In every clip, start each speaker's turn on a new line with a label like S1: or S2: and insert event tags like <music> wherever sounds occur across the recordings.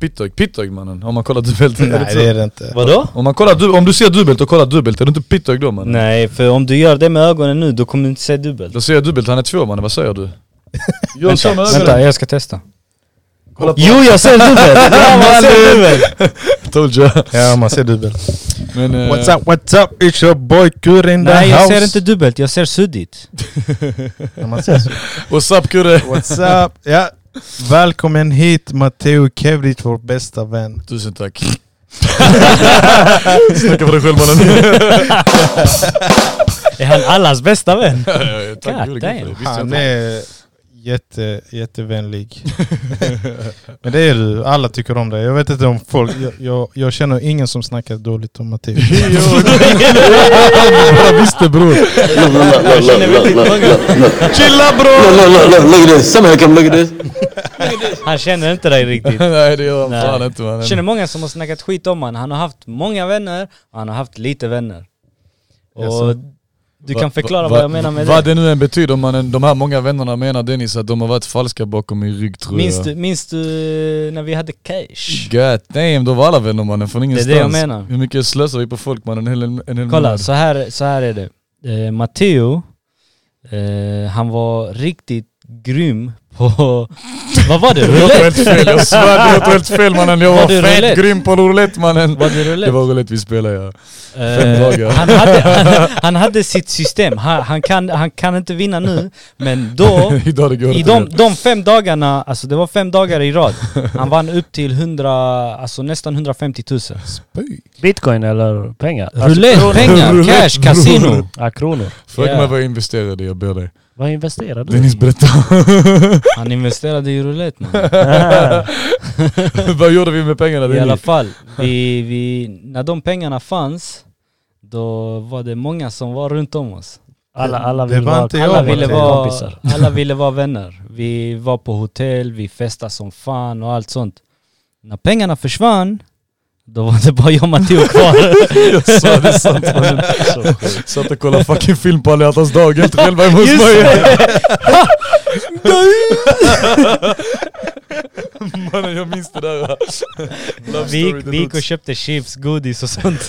S1: Pittög, Pittög mannen. Har man kollat dubbelt? <laughs> Är
S2: Nej
S1: inte så?
S2: det är det inte.
S3: Vadå?
S1: Om, man kollar, du- om du ser dubbelt och kollar dubbelt, är det inte Pittög då mannen?
S3: Nej, för om du gör det med ögonen nu då kommer du inte se dubbelt.
S1: Då ser jag dubbelt, han är två mannen, vad
S3: <laughs>
S1: säger du? Gör så
S4: Vänta,
S1: med
S4: vänta,
S1: ögonen.
S4: jag ska testa.
S1: Kolla på
S3: Jo
S2: <laughs>
S3: jag ser dubbelt! <laughs> Ja man ser dubbelt!
S1: Told you.
S2: Ja man ser dubbel.
S1: Men, eh,
S2: What's up, what's up? It's your boy Kur in the
S3: Nej jag
S2: house.
S3: ser inte dubbelt, jag ser suddigt. <laughs>
S2: Ja, man ser så.
S1: What's up Kurre?
S2: What's up? Ja. Välkommen hit Matteo Kevdic, vår bästa vän.
S1: Tusen tack. Snacka för dig själv
S3: <laughs>
S1: mannen. <laughs>
S3: Är han allas bästa vän?
S1: tack Kurre.
S3: God damn.
S1: Visste jag
S2: Han
S1: inte.
S2: är jätte, jättevänlig. <laughs> Men det är du, alla tycker om dig. Jag vet inte om folk, jag, jag, jag känner ingen som snackar dåligt om
S1: <laughs>
S2: Matteo.
S1: <laughs> Jo,
S3: <laughs>
S1: du bara visste bror.
S5: Look, look, look, look, look, look, look, look, look, look,
S1: Chilla bror! <laughs>
S5: look, look, look, look at this. Somebody come look at this.
S3: Han känner inte dig riktigt.
S1: Nej det gör han
S3: Nej.
S1: fan inte mannen.
S3: Jag känner många som har snackat skit om honom. Han har haft många vänner och han har haft lite vänner. Och
S2: Jaså.
S3: du
S1: Va-
S3: kan förklara
S1: va-
S3: vad jag menar med
S1: Vad
S3: det.
S1: det nu än betyder mannen, de här många vännerna menar Dennis att de har varit falska bakom min rygg tror
S3: Minns
S1: jag.
S3: du, minns du när vi hade cash?
S1: God damn, då var alla vänner mannen från
S3: det jag
S1: ingenstans.
S3: menar.
S1: Hur mycket slösar vi på folk mannen? En hel, en hel
S3: Kolla,
S1: månad.
S3: så här, så här är det. Eh, Matteo, eh, han var riktigt grym på... <laughs> vad var det?
S1: Det låter helt
S3: Roulette?
S1: fel, jag svär det låter helt fel mannen. Jag
S3: Var
S1: var
S3: det
S1: fett
S3: roulette?
S1: grym på roulette mannen.
S3: Var det
S1: Det
S3: roulette?
S1: var roulette vi spelade ja. fem dagar.
S3: Eh,
S1: <laughs>
S3: han, hade, han, han hade sitt system. Han, han, kan, han kan inte vinna nu, men
S1: <laughs>
S3: då
S1: Idag det går
S3: I
S1: inte
S3: de,
S1: rätt.
S3: de fem dagarna, alltså det var fem dagar i rad, han vann upp till 100, alltså nästan 150 000.
S1: Spy.
S4: Bitcoin eller pengar? Alltså,
S3: Roulette, pengar,
S1: Roulette,
S3: cash, kasino.
S4: ja, kronor.
S1: Fråga
S3: Ja.
S1: mig vad jag investerade i, jag ber dig.
S4: Vad investerar du i?
S1: Dennis
S3: <laughs>
S1: berätta. <laughs>
S3: Han investerade i roulette man.
S4: Ah,
S1: vad gjorde vi med pengarna
S3: I alla
S1: Dennis?
S3: fall, vi, vi, när de pengarna fanns, då var det många som var runt om oss.
S4: Alla, alla
S2: Det
S4: vill
S2: var
S4: vara,
S2: inte jag,
S3: Alla
S4: alla
S3: ville
S4: vill
S2: Matteo.
S3: vara,
S4: kompisar.
S3: <laughs> alla ville vara vänner. Vi var på hotell, vi festade som fan och allt sånt. När pengarna försvann, då var det bara jag och Matteo kvar.
S1: <laughs> Jag sa det
S3: <laughs>
S1: sant mannen.
S4: Så sjukt.
S1: Satt och kollade fucking film på alla hjärtans dag, helt själv hemma hos
S3: Just
S1: mig.
S3: det!
S1: <laughs> Mannen jag minns det där. Love
S3: Vi
S1: story,
S3: gick,
S1: the
S3: vi gick och
S1: roots.
S3: köpte chips, godis
S1: <laughs>
S3: och sånt. <laughs>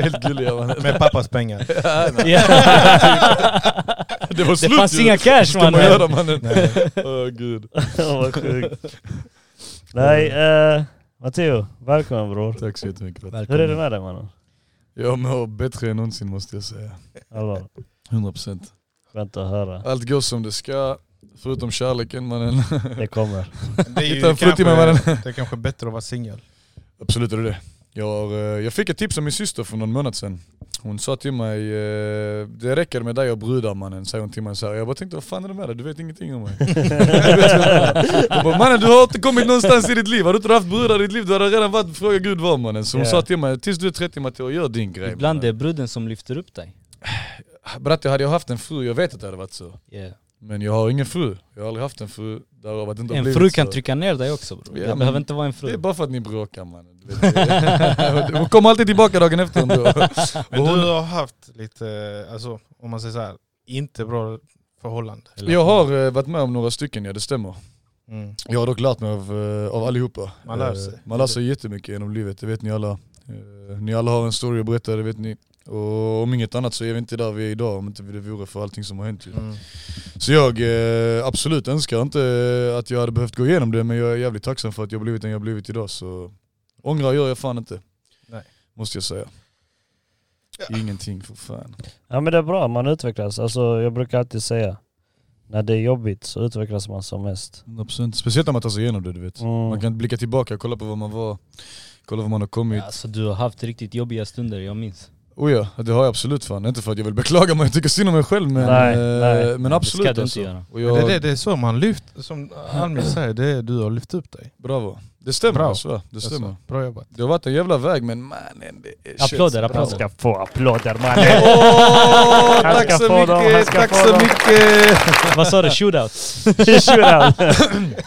S1: Helt gulliga mannen.
S2: Med pappas pengar.
S1: <laughs> Det var
S3: Det
S1: slut
S3: fanns
S1: ju.
S3: inga cash,
S1: Vad ska man
S3: mannen.
S1: göra mannen? Åh
S4: <laughs>
S1: gud.
S4: Åh, vad sjukt. Nej, eh, Matteo, välkommen bror.
S1: Tack så jättemycket.
S4: Hur är det med dig mannen?
S1: Jag mår bättre än någonsin måste jag säga.
S4: Allvar,
S1: 100%.
S4: skönt att höra.
S1: Allt går som det ska. Förutom kärleken mannen.
S4: Det kommer.
S2: Det är ju
S1: Hitta en frutt i mig,
S2: kanske, det är kanske bättre att vara singel.
S1: Absolut är det det. Jag, har, eh, jag fick ett tips av min syster för någon månad sedan. Hon sa till mig, eh, det räcker med dig och brudar mannen, säger hon till mig så här. Jag bara tänkte, vad fan är det med dig? Du vet ingenting
S3: <laughs>
S1: om mig. Du vet vad jag menar. Hon bara, mannen du har inte kommit någonstans i ditt liv, har du inte haft brudar i ditt liv? Du hade redan varit, fråga gud var mannen. Så hon
S4: Ja.
S1: sa till mig, tills du är 30 Matteo, gör din grej.
S3: Ibland det
S1: mannen.
S3: är bruden som lyfter upp dig.
S1: Bratte, hade jag haft en fru, jag vet att det hade varit så. Men jag har ingen fru, jag har aldrig haft en fru. Därav att det inte har
S3: En
S1: blivit
S3: fru kan
S1: så.
S3: trycka ner dig också bror.
S1: Ja,
S3: det
S1: men-
S3: behöver inte vara en
S1: Det är
S3: fru.
S1: bara för att ni bråkar mannen. Du <laughs> vet. Hon kommer alltid tillbaka dagen efter ändå.
S2: Men du har haft lite, alltså om man säger så här, inte bra förhållande.
S1: Jag har eh, varit med om några stycken, ja det stämmer.
S2: Mm.
S1: Jag har dock lärt mig av, eh, av allihopa.
S2: Man lär sig.
S1: Eh, man lär sig jättemycket genom livet, det vet ni alla. Eh, ni alla har en story att berätta, det vet ni. Och om inget annat så är vi inte där vi är idag om inte det vore för allting som har hänt. ju.
S2: Mm.
S1: Så jag eh, absolut önskar inte eh, att jag hade behövt gå igenom det men jag är jävligt tacksam för att jag har blivit den jag har blivit idag så ångrar gör jag fan inte.
S2: Nej.
S1: Måste jag säga. Ingenting för fan.
S4: Ja men det är bra, man utvecklas. Alltså jag brukar alltid säga, när det är jobbigt så utvecklas man som mest.
S1: 100%. Speciellt när man tar sig igenom det du vet. Man
S4: Mm.
S1: kan inte blicka tillbaka och kolla på vad man var, kolla var man har kommit.
S3: Alltså du har haft riktigt jobbiga stunder, jag minns.
S1: Oh ja, det har jag absolut fan. Inte för att jag vill beklaga mig, jag tycker synd om mig själv men,
S4: Nej,
S1: eh,
S4: nej.
S1: men absolut
S3: det ska du
S1: alltså.
S3: inte göra.
S1: Och
S2: Men
S1: jag,
S2: Det, är det, det är så man lyft, som Almi säger, det är, du har lyft upp dig.
S1: Bravo. Det stämmer
S2: Bra.
S1: alltså, va? det stämmer.
S2: Alltså, bra jobbat.
S1: Det har varit en jävla väg men mannen det är
S3: Applåder,
S4: Han
S3: applåder.
S4: ska få applåder
S2: <laughs>
S4: mannen.
S1: Åh,
S4: Han ska
S1: tack så
S4: få dem, han
S1: mycket,
S4: ska
S1: tack
S4: få
S1: så
S4: dem.
S1: mycket!
S3: Vad sa du? Shootout?
S4: Shootout.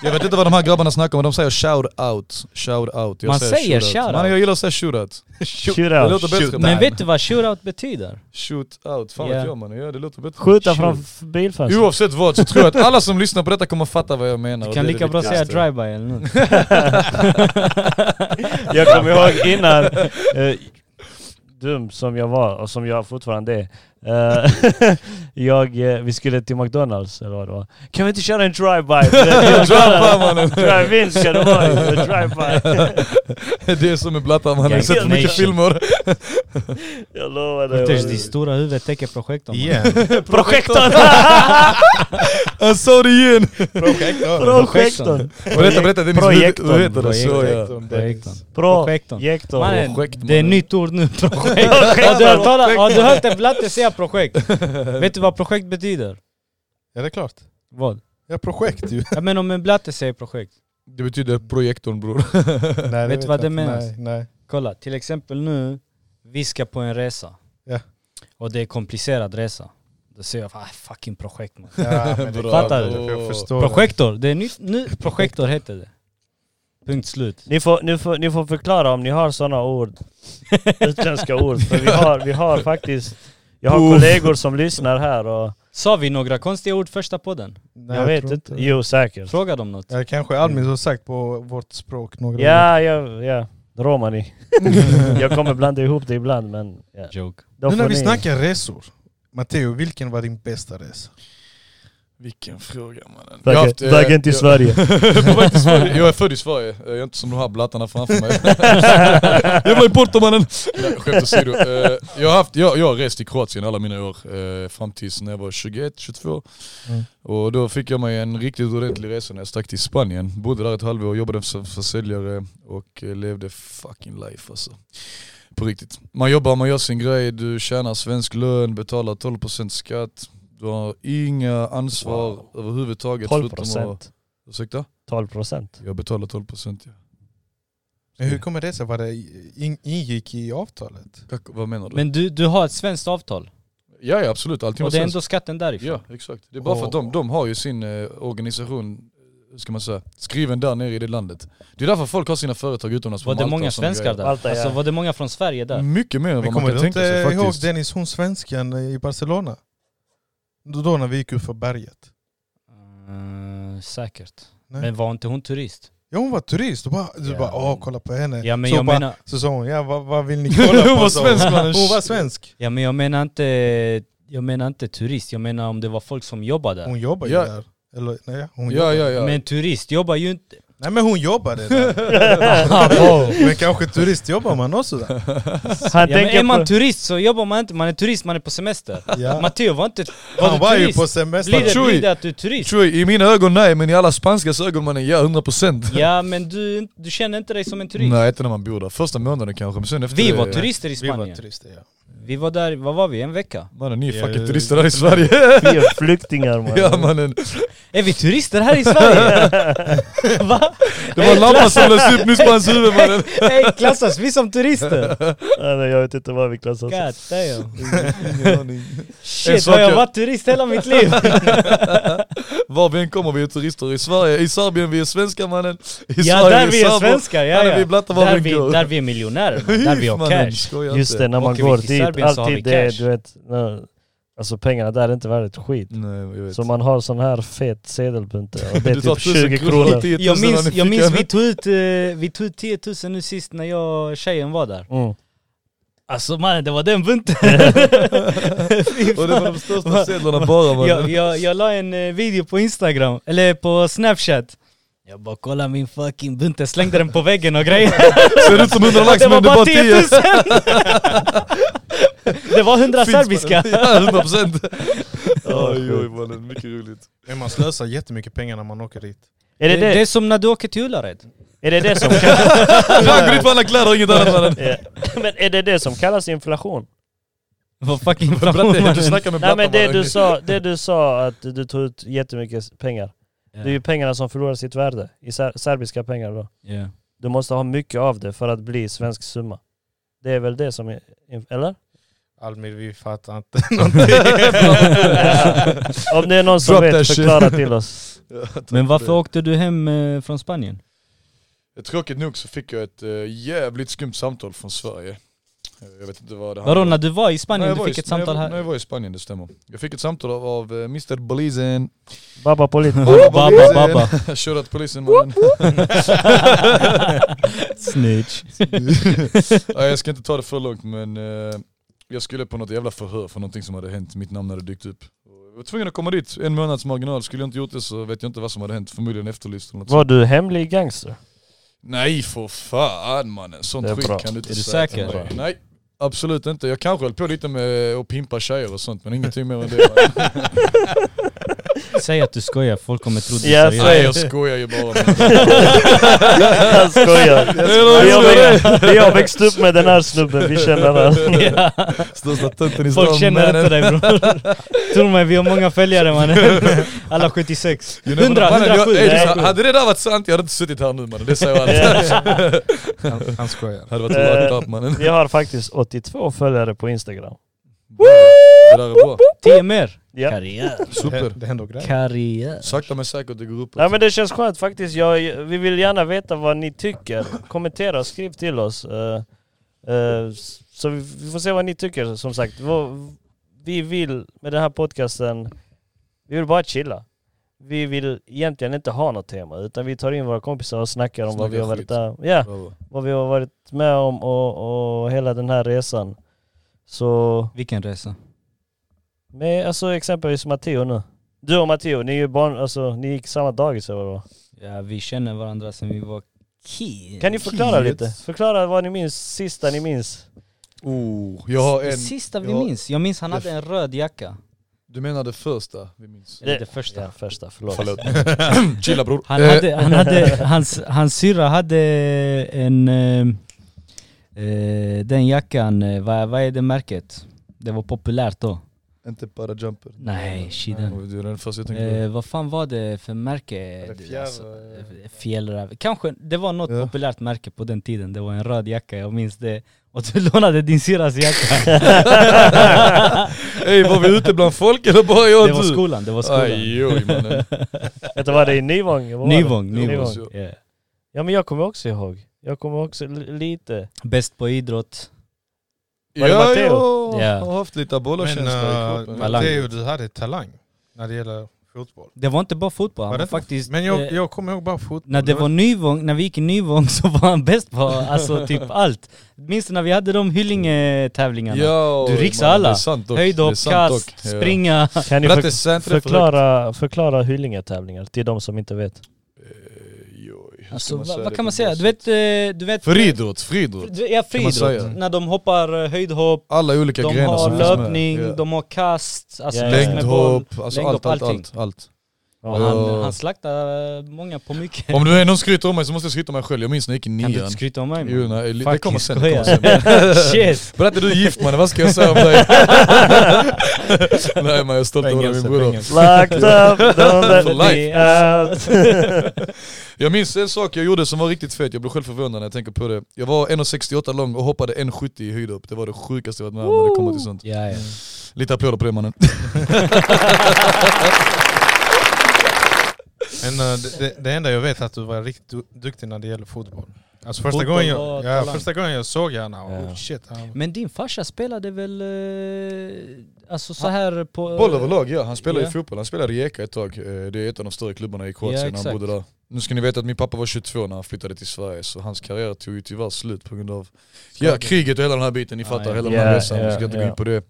S1: Jag vet inte vad de här grabbarna snackar om, de säger shout out. Shout out. Jag
S3: Man säger
S1: shootout.
S3: shout out.
S1: Man, jag gillar att säga shoot out. Det
S4: Shootout.
S1: låter bättre.
S2: Shoot.
S3: Men
S2: Nej.
S3: vet du vad shootout betyder?
S1: Shoot out, fan
S3: Ja.
S1: vet jag mannen. Ja, det låter bättre.
S4: Skjuta
S1: Shoot.
S4: från f-
S3: Alltså.
S4: bilfönstret.
S1: Oavsett vad så tror jag att alla som lyssnar på detta kommer fatta vad jag menar.
S3: Du
S1: och
S3: kan
S1: det är <laughs>
S3: lika
S1: det
S3: bra säga
S1: viktigaste.
S3: drive-by eller något.
S4: Jag kommer ihåg innan, eh, dum som jag var och som jag fortfarande är. Eh, <laughs> jag, eh, vi skulle till McDonalds eller vad det var. Kan vi inte köra en
S1: <laughs>
S4: drive-by?
S1: Drive-by, mannen.
S4: Drive-in ska det vara
S1: <laughs>
S4: ju, men drive-by.
S1: Det är som med blattar man
S4: Jag
S1: har sett för mycket
S3: nation.
S1: filmer.
S4: Jag lovar
S3: Mutters, ditt
S4: dig.
S3: stora huvud täcker
S2: <laughs>
S3: projektorn.
S2: Igen.
S1: <laughs>
S4: Projektorn!
S1: Jag sa det igen!
S4: <laughs> Projektorn!
S1: Berätta, berätta Dennis, hur- hur heter det?
S3: Projektorn,
S1: Så ja.
S3: Projektorn. Projektorn.
S4: Projektorn.
S3: Mannen,
S1: Projekt,
S3: det är
S1: mannen.
S3: nytt ord nu, <laughs> projekt.
S4: <laughs>
S3: har, du hört tala, har du hört en blatte säga projekt? Vet du vad projekt betyder?
S2: Ja det är klart.
S3: Vad?
S2: Ja projekt ju.
S3: Ja men om en blatte säger projekt.
S1: Det betyder projektorn bror. <laughs>
S2: Nej, det
S3: Vet du
S2: jag
S3: vad det
S2: inte.
S3: menas?
S2: Nej, nej.
S3: Kolla, till exempel nu, vi ska på en resa.
S2: Ja.
S3: Och det är en komplicerad resa. Då säger jag, ah, fucking projekt man.
S2: <laughs> Ja, men det-
S1: Bra,
S3: Fattar du?
S1: bror.
S2: Jag förstår det.
S3: Projektor, det är nytt, nu, projektor heter det. Punkt slut.
S4: Ni får, ni, får, ni får förklara om ni har
S3: <laughs>
S4: sådana ord, utländska ord. För vi har, vi har faktiskt, jag har
S1: Poof.
S4: kollegor som lyssnar här och
S3: Sa vi några konstiga ord första podden?
S2: Nej,
S4: jag vet
S2: tror
S4: inte. Jo säkert.
S3: Fråga dem något.
S2: Ja, kanske allmänt har sagt på vårt språk några ord.
S4: Ja, ja, ja. Romani.
S2: <laughs>
S4: jag kommer blanda ihop det ibland men... Ja.
S3: <laughs> Joke. <laughs>
S4: Då
S2: Nu när
S4: får
S2: vi
S4: ni-
S2: snackar resor. Matteo, vilken var din bästa resa?
S1: Vilken fråga mannen. Jag har haft,
S4: Vägen-
S1: eh,
S4: Vägen till
S1: jag-
S4: Sverige.
S1: <laughs> På väg till
S3: <laughs>
S1: Sverige. Jag är född i Sverige, Eh, jag är inte som de här blattarna framför mig. Jävla importer mannen! Nej, Skämt åsido. Eh, Jag har, haft, jag, jag har rest i Kroatien alla mina år, eh, fram tills när jag var 21, 22.
S2: Mm.
S1: Och då fick jag mig en riktigt ordentlig resa när jag stack till Spanien. Bodde där ett halvår, jobbade som försäljare och eh, levde fucking life alltså. På riktigt. Man jobbar, man gör sin grej, du tjänar svensk lön, betalar 12% skatt. Du har inga ansvar
S4: Wow.
S1: överhuvudtaget.
S4: 12
S1: förutom att-
S4: procent.
S1: Ursäkta? <laughs>
S4: 12 procent.
S1: Jag betalar 12 procent ja.
S2: Men hur kommer det sig? Var det in, ingick i avtalet?
S1: Tack, vad menar du?
S3: Men du, du har ett svenskt avtal
S1: ja, ja absolut, allting
S3: och
S1: var
S3: det är
S1: svenskt.
S3: ändå skatten därifrån.
S1: Ja exakt. Det är bara för att de, de har ju sin eh, organisation, hur ska man säga, skriven där nere i det landet. Det är därför folk har sina företag utomlands på
S3: Var det
S1: Malta och
S3: många
S1: såna
S3: svenskar
S1: grejer.
S3: där?
S4: Malta, ja.
S3: Alltså var det många från Sverige där?
S1: Mycket mer än
S2: Men
S1: vad man
S2: kommer
S1: kan
S2: du
S1: tänka
S2: inte
S1: sig
S2: ihåg
S1: faktiskt.
S2: Dennis, hon svensken i Barcelona? Då, då när vi gick upp för berget.
S3: Mm, säkert.
S2: Nej.
S3: Men var inte hon turist?
S2: Ja hon var turist, du bara, du
S3: Ja,
S2: bara åh
S3: men-
S2: kolla på henne.
S3: Ja men
S2: så,
S3: jag
S2: bara,
S3: menar,
S2: så sa hon, ja vad, vad
S1: <laughs>
S2: vill ni kolla på?
S1: Hon var
S2: sa
S1: svensk, mannen.
S2: <laughs> Hon var svensk.
S3: ja, men jag menar inte jag menar inte turist, jag menar om det var folk som jobbar där.
S2: Hon jobbar ju
S1: Ja.
S2: där. Eller, nej, hon
S1: Ja
S2: jobbar.
S1: ja ja.
S3: Men turist jobbar ju <laughs> inte...
S2: nej men hon jobbade
S1: <laughs>
S2: där. men kanske turist jobbar man
S1: <laughs>
S2: också där.
S4: Han
S3: Ja, men är
S4: tänker
S3: man
S4: på...
S3: turist så jobbar man inte, man är turist, man är på <laughs> semester.
S2: Ja.
S3: Matteo var inte... Var
S2: Han
S3: du
S2: var ju
S3: turist?
S2: på
S3: blir, det,
S2: semester.
S1: Chui.
S3: blir det att du är turist?
S1: Tror jag, I mina ögon nej, men i alla spanskas ögon mannen, ja 100 procent.
S3: Ja men du, du känner inte dig som en turist?
S1: Nej inte när man bor där, första månaden kanske men sen efter
S3: Vi
S1: det-
S3: var turister i
S2: Vi var
S3: Spanien.
S2: turister
S1: <laughs>
S2: ja.
S3: Vi var där, vad var vi? En vecka?
S1: Mannen ni är
S2: Ja,
S1: fucking
S2: ja,
S1: turister här i Sverige.
S4: Vi är flyktingar man.
S1: <laughs> ja mannen.
S3: Är vi turister här i Sverige? Va?
S1: Det var en lampa som lös upp nyss på hans huvud mannen.
S3: Ey, klassas vi som turister?
S4: Ja, nej, Jag vet inte vad vi klassas som.
S3: God damn.
S1: Ingen aning. En
S3: Shit
S1: sak
S3: har jag
S1: jag-
S3: varit turist hela mitt liv?
S1: Var vi än kommer vi är turister i Sverige, i Serbien vi är svenskar mannen. I
S3: Ja
S1: Sverige
S3: där vi är
S1: serber.
S3: svenskar, ja
S1: Där
S3: ja.
S1: är vi blattar var
S3: Där
S1: vi
S3: vi,
S1: går.
S3: där vi är miljonärer, man. där vi har
S1: Mannen,
S3: cash.
S1: skoja
S4: Just det,
S1: inte.
S4: när man
S3: Åker vi
S4: går
S3: till
S4: dit,
S3: Serbien så har vi
S4: alltid det,
S3: cash.
S4: du vet. när- Alltså pengarna där är inte värda ett skit.
S1: Nej, jag vet.
S4: Så man har sån här fet sedelpunte och det är
S1: Du tar
S4: typ
S1: 1000
S4: 20 kronor.
S1: 10 000
S3: Jag minns,
S1: har ni
S3: jag minns vi
S1: fickan.
S3: tog ut, eh, vi tog ut 10 000 nu sist när jag och tjejen var där.
S4: Mm.
S3: Alltså mannen det var den
S4: <laughs>
S3: bunten! Fy
S1: <laughs> Och det var de
S3: Va?
S1: största sedlarna bara
S3: <laughs> jag,
S1: mannen.
S3: jag, jag la en eh, video på Instagram, eller på snapchat Jag bara kolla min fucking bunt, jag slängde den på väggen
S1: <laughs>
S3: och grejer
S1: Ser ut som 100 lax
S3: Det var
S1: men det är
S3: bara
S1: bara 10
S3: 10 000! Det var 100
S1: Finns,
S3: serbiska
S1: mannen. <laughs> Ja, 100 procent. Oj oj mannen, mycket roligt.
S2: Men man slösar jättemycket pengar när man åker dit.
S4: Är det det,
S3: är som när du åker till Ullared
S4: är det, det som
S1: Jag går ut på alla kläder och inget annat
S3: <laughs>
S1: mannen.
S4: Ja. Eh, <laughs> Men är det det som kallas inflation?
S3: Vad fucking inflation
S1: Blatte, Du
S3: mannen
S1: snackar med blattar
S4: Nej men det du,
S1: mannen.
S4: sa, det du sa att du tog ut jättemycket pengar.
S3: Ja.
S4: Det är ju pengarna som förlorar sitt värde. I ser, serbiska pengar då.
S3: Ja. <laughs>
S4: Du måste ha mycket av det för att bli svensk summa. Det är väl det som är... Eller?
S2: Almir vi
S1: <laughs>
S2: fattar inte någonting.
S4: Om det är någon som
S1: Drop that
S4: vet,
S1: shit.
S4: förklara till oss.
S1: Ja, tack
S3: Men
S1: för
S3: varför
S1: det.
S3: åkte du hem eh, från Spanien?
S1: Tråkigt nog så fick jag ett eh, jävligt skumt samtal från Sverige. Eh, Jag vet inte vad det
S3: Vadå
S1: handlar om.
S3: när du var i Spanien,
S1: När jag
S3: du
S1: var i-
S3: fick ett
S1: när jag-
S3: samtal
S1: När
S3: här?
S1: jag var i Spanien, det stämmer. Jag fick ett samtal av, av eh, Mr. Polisen.
S4: Baba Polit.
S1: <laughs>
S3: Babba, babba.
S1: Shoutout polisen mannen.
S3: <laughs> Snitch.
S1: <laughs> Nej, jag ska inte ta det för långt men eh, jag skulle på något jävla förhör för någonting som hade hänt, mitt namn hade dykt upp. Och Jag var tvungen att komma dit, en månads marginal. Skulle jag inte gjort det så vet jag inte vad som hade hänt, förmodligen efterlyst eller något sånt.
S4: Var du hemlig gangster?
S1: Nej för fan mannen, sånt
S4: Det är
S1: skit
S4: bra.
S1: kan du inte
S3: Är du
S1: säga till
S3: säker?
S1: mig. Nej, absolut inte. Jag kanske höll på lite med att pimpa tjejer och sånt men ingenting mer än det. mannen.
S3: Säg att du skojar, folk kommer tro du
S4: Ja,
S3: är seriös.
S1: Nej jag skojar ju bara. mannen.
S4: jag skojar. Vi har, växt, <laughs> vi har växt upp med den här snubben, vi
S3: <laughs>
S4: känner den. <laughs>
S1: Största tönten i
S3: Folk
S1: stan
S3: känner
S1: mannen.
S3: inte dig
S1: <laughs>
S3: bror. Tror mig, vi har många följare mannen. Alla 76.
S1: You never-
S3: 100,
S1: mannen, jag-
S3: 107.
S1: ey, du,
S4: Nej.
S1: Hade det där varit sant, jag hade inte suttit här nu mannen. Det säger allt.
S4: <laughs>
S2: Han, han skojar.
S1: Hade
S3: Eh.
S1: varit rakt upp mannen.
S4: Eh, Vi har faktiskt 82 följare på Instagram.
S1: Det där är bra.
S3: 10 mer.
S4: Ja.
S3: Karriär.
S1: Super.
S2: Det händer grejer.
S3: Karriär.
S1: Sakta men säkert det går uppåt.
S4: Nej men det känns skönt faktiskt. Jag, vi vill gärna veta vad ni tycker. Kommentera och skriv till oss. Eh, eh, s- så vi, vi får se vad ni tycker som sagt. Vå- Vi vill med den här podcasten, vi vill bara chilla. Vi vill egentligen inte ha något tema utan vi tar in våra kompisar och snackar om vad vi har
S1: Snackar
S4: varit
S1: skit.
S4: där. Ja.
S1: Bravo.
S4: vad vi har varit med om och, och hela den här resan. Så,
S3: Vilken resa.
S4: med, alltså exempelvis Matteo nu. Du och Matteo, ni är ju barn, alltså ni gick samma dagis eller vad?
S3: Ja, vi känner varandra sen vi var kids.
S4: Kan ni förklara
S1: Kids.
S4: lite? Förklara vad ni minns, sista ni minns.
S1: Oh, jag har
S3: Det
S1: en.
S3: sista vi
S1: jag har-
S3: minns. Jag minns han hade en röd jacka.
S1: Du menar det första vi minns?
S3: Eller det första.
S4: Ja, första, förlåt.
S1: Förlåt. Chilla bror.
S3: Han
S1: Eh,
S3: hade, han hade,
S1: <laughs>
S3: hans, hans syrra hade en, eh, eh, den jackan, eh, vad, vad är det märket? Det var populärt då.
S1: Eh, Inte bara jumper.
S3: Nej,
S1: Och
S3: shiden.
S1: Det är den första jag tänkte på.
S3: Eh, vad fan var det för märke?
S2: det fjär-
S3: eh, Fjällräv. Kanske, det var något
S1: Ja.
S3: populärt märke på den tiden. Det var en röd jacka, jag minns det. Och du <laughs> lånade din syrras jacka.
S1: <laughs> Ey var vi ute bland folk eller bara jag och
S3: det var
S1: du?
S3: skolan, det var skolan.
S1: Aj, oj, mannen.
S4: Vet du vad det är i Nyvång? Vad var det?
S3: Nyvång,
S1: Nyvång.
S3: Nyvång. ja.
S4: Ja men jag kommer också ihåg. Jag kommer också li- lite.
S3: Bäst på idrott.
S4: Var det
S1: Ja,
S4: Matteo?
S1: jag
S3: Ja.
S1: har haft lite
S2: Men
S1: bollarkänsla i
S2: äh,
S1: kroppen.
S3: Talang.
S2: Matteo, du hade talang när det gäller fotboll.
S3: Det var inte bara fotboll, han
S2: Var
S3: var,
S2: det inte-
S3: faktiskt...
S2: Men
S3: eh,
S2: jag, jag kommer ihåg bara fotboll.
S3: När det var Nyvång, när vi gick i Nyvång <laughs> så var han bäst på alltså typ allt. Minns du när vi hade de Hyllinge-tävlingarna?
S1: Ja,
S3: Du riksar
S1: mannen,
S3: alla.
S1: det är sant dock. Det är
S3: Höjdhopp,
S1: sant
S3: kast,
S1: dock. Ja.
S3: springa.
S4: Kan ni
S1: Bratte,
S4: för,
S1: centrum.
S4: förklara, förklara Hyllinge-tävlingar till de som inte vet?
S1: Ej, Eh, oj, hur ska
S3: Alltså,
S1: man
S3: vad,
S1: säga
S3: vad
S1: det på
S3: kan man säga?
S1: bäst
S3: Du vet... eh, Du vet
S1: sätt? Friidrott, friidrott.
S3: Ja, friidrott.
S1: säga?
S3: När de hoppar eh, höjdhopp,
S1: Alla olika
S3: de
S1: grenar
S3: har
S1: som finns med.
S3: löpning,
S1: Ja.
S3: de har kast, alltså
S4: Ja, ja, ja.
S3: kast med boll.
S1: Längdhopp, alltså
S3: längdhopp,
S1: allt, allt,
S3: allting.
S1: allt, allt.
S3: Och han,
S1: Ja.
S3: han slaktar eh, många på mycket.
S1: Om du är någon skryter om mig så måste jag skryta om mig själv, jag minns när jag gick i
S3: Kan du
S1: nian.
S3: inte skryta om mig? man?
S1: Jo, nej, det
S3: Fucking
S1: kommer sen. Det
S3: skojar.
S1: kommer sen.
S3: <laughs> Shit!
S1: Bratte du är gift mannen, vad ska jag säga om
S3: <laughs>
S1: dig? nej man, jag är stolt över min
S2: Fängelse,
S1: bror.
S2: fängelse.
S4: Locked up, don't let
S1: For
S4: me
S1: life.
S4: out.
S1: Jag minns en sak jag gjorde som var riktigt fet, jag blev själv förvånad när jag tänker på det. Jag var 1,68 lång och hoppade 1,70 i höjdhopp. Det var det sjukaste jag varit med om när det kommer till sånt.
S3: Ja, ja.
S1: Lite applåder på det mannen.
S2: Men eh, det, det, det enda jag vet är att du var riktigt du, duktig när det gäller fotboll. Alltså första,
S3: Fotboll
S2: gången
S3: var
S2: jag, ja,
S3: talang.
S2: första gången jag såg henne, oh,
S4: Ja.
S2: shit. Han,
S3: Men din farsa spelade väl, eh, alltså så här på...
S1: Boll överlag ja, han spelar
S3: Ja.
S1: ju fotboll. Han spelade i Rijeka ett tag. Eh, Det är ett av de större klubbarna i
S3: Ja,
S1: Kroatien när
S3: exakt.
S1: han bodde där. Nu ska ni veta att min pappa var 22 när han flyttade till Sverige så hans karriär tog ju tyvärr slut på grund av ja, kriget och hela den här biten. Ni
S3: Ja,
S1: fattar,
S3: ja.
S1: hela
S4: Ja,
S1: den här resan.
S4: ja,
S1: Vi ska inte
S4: ja.
S1: gå in på det.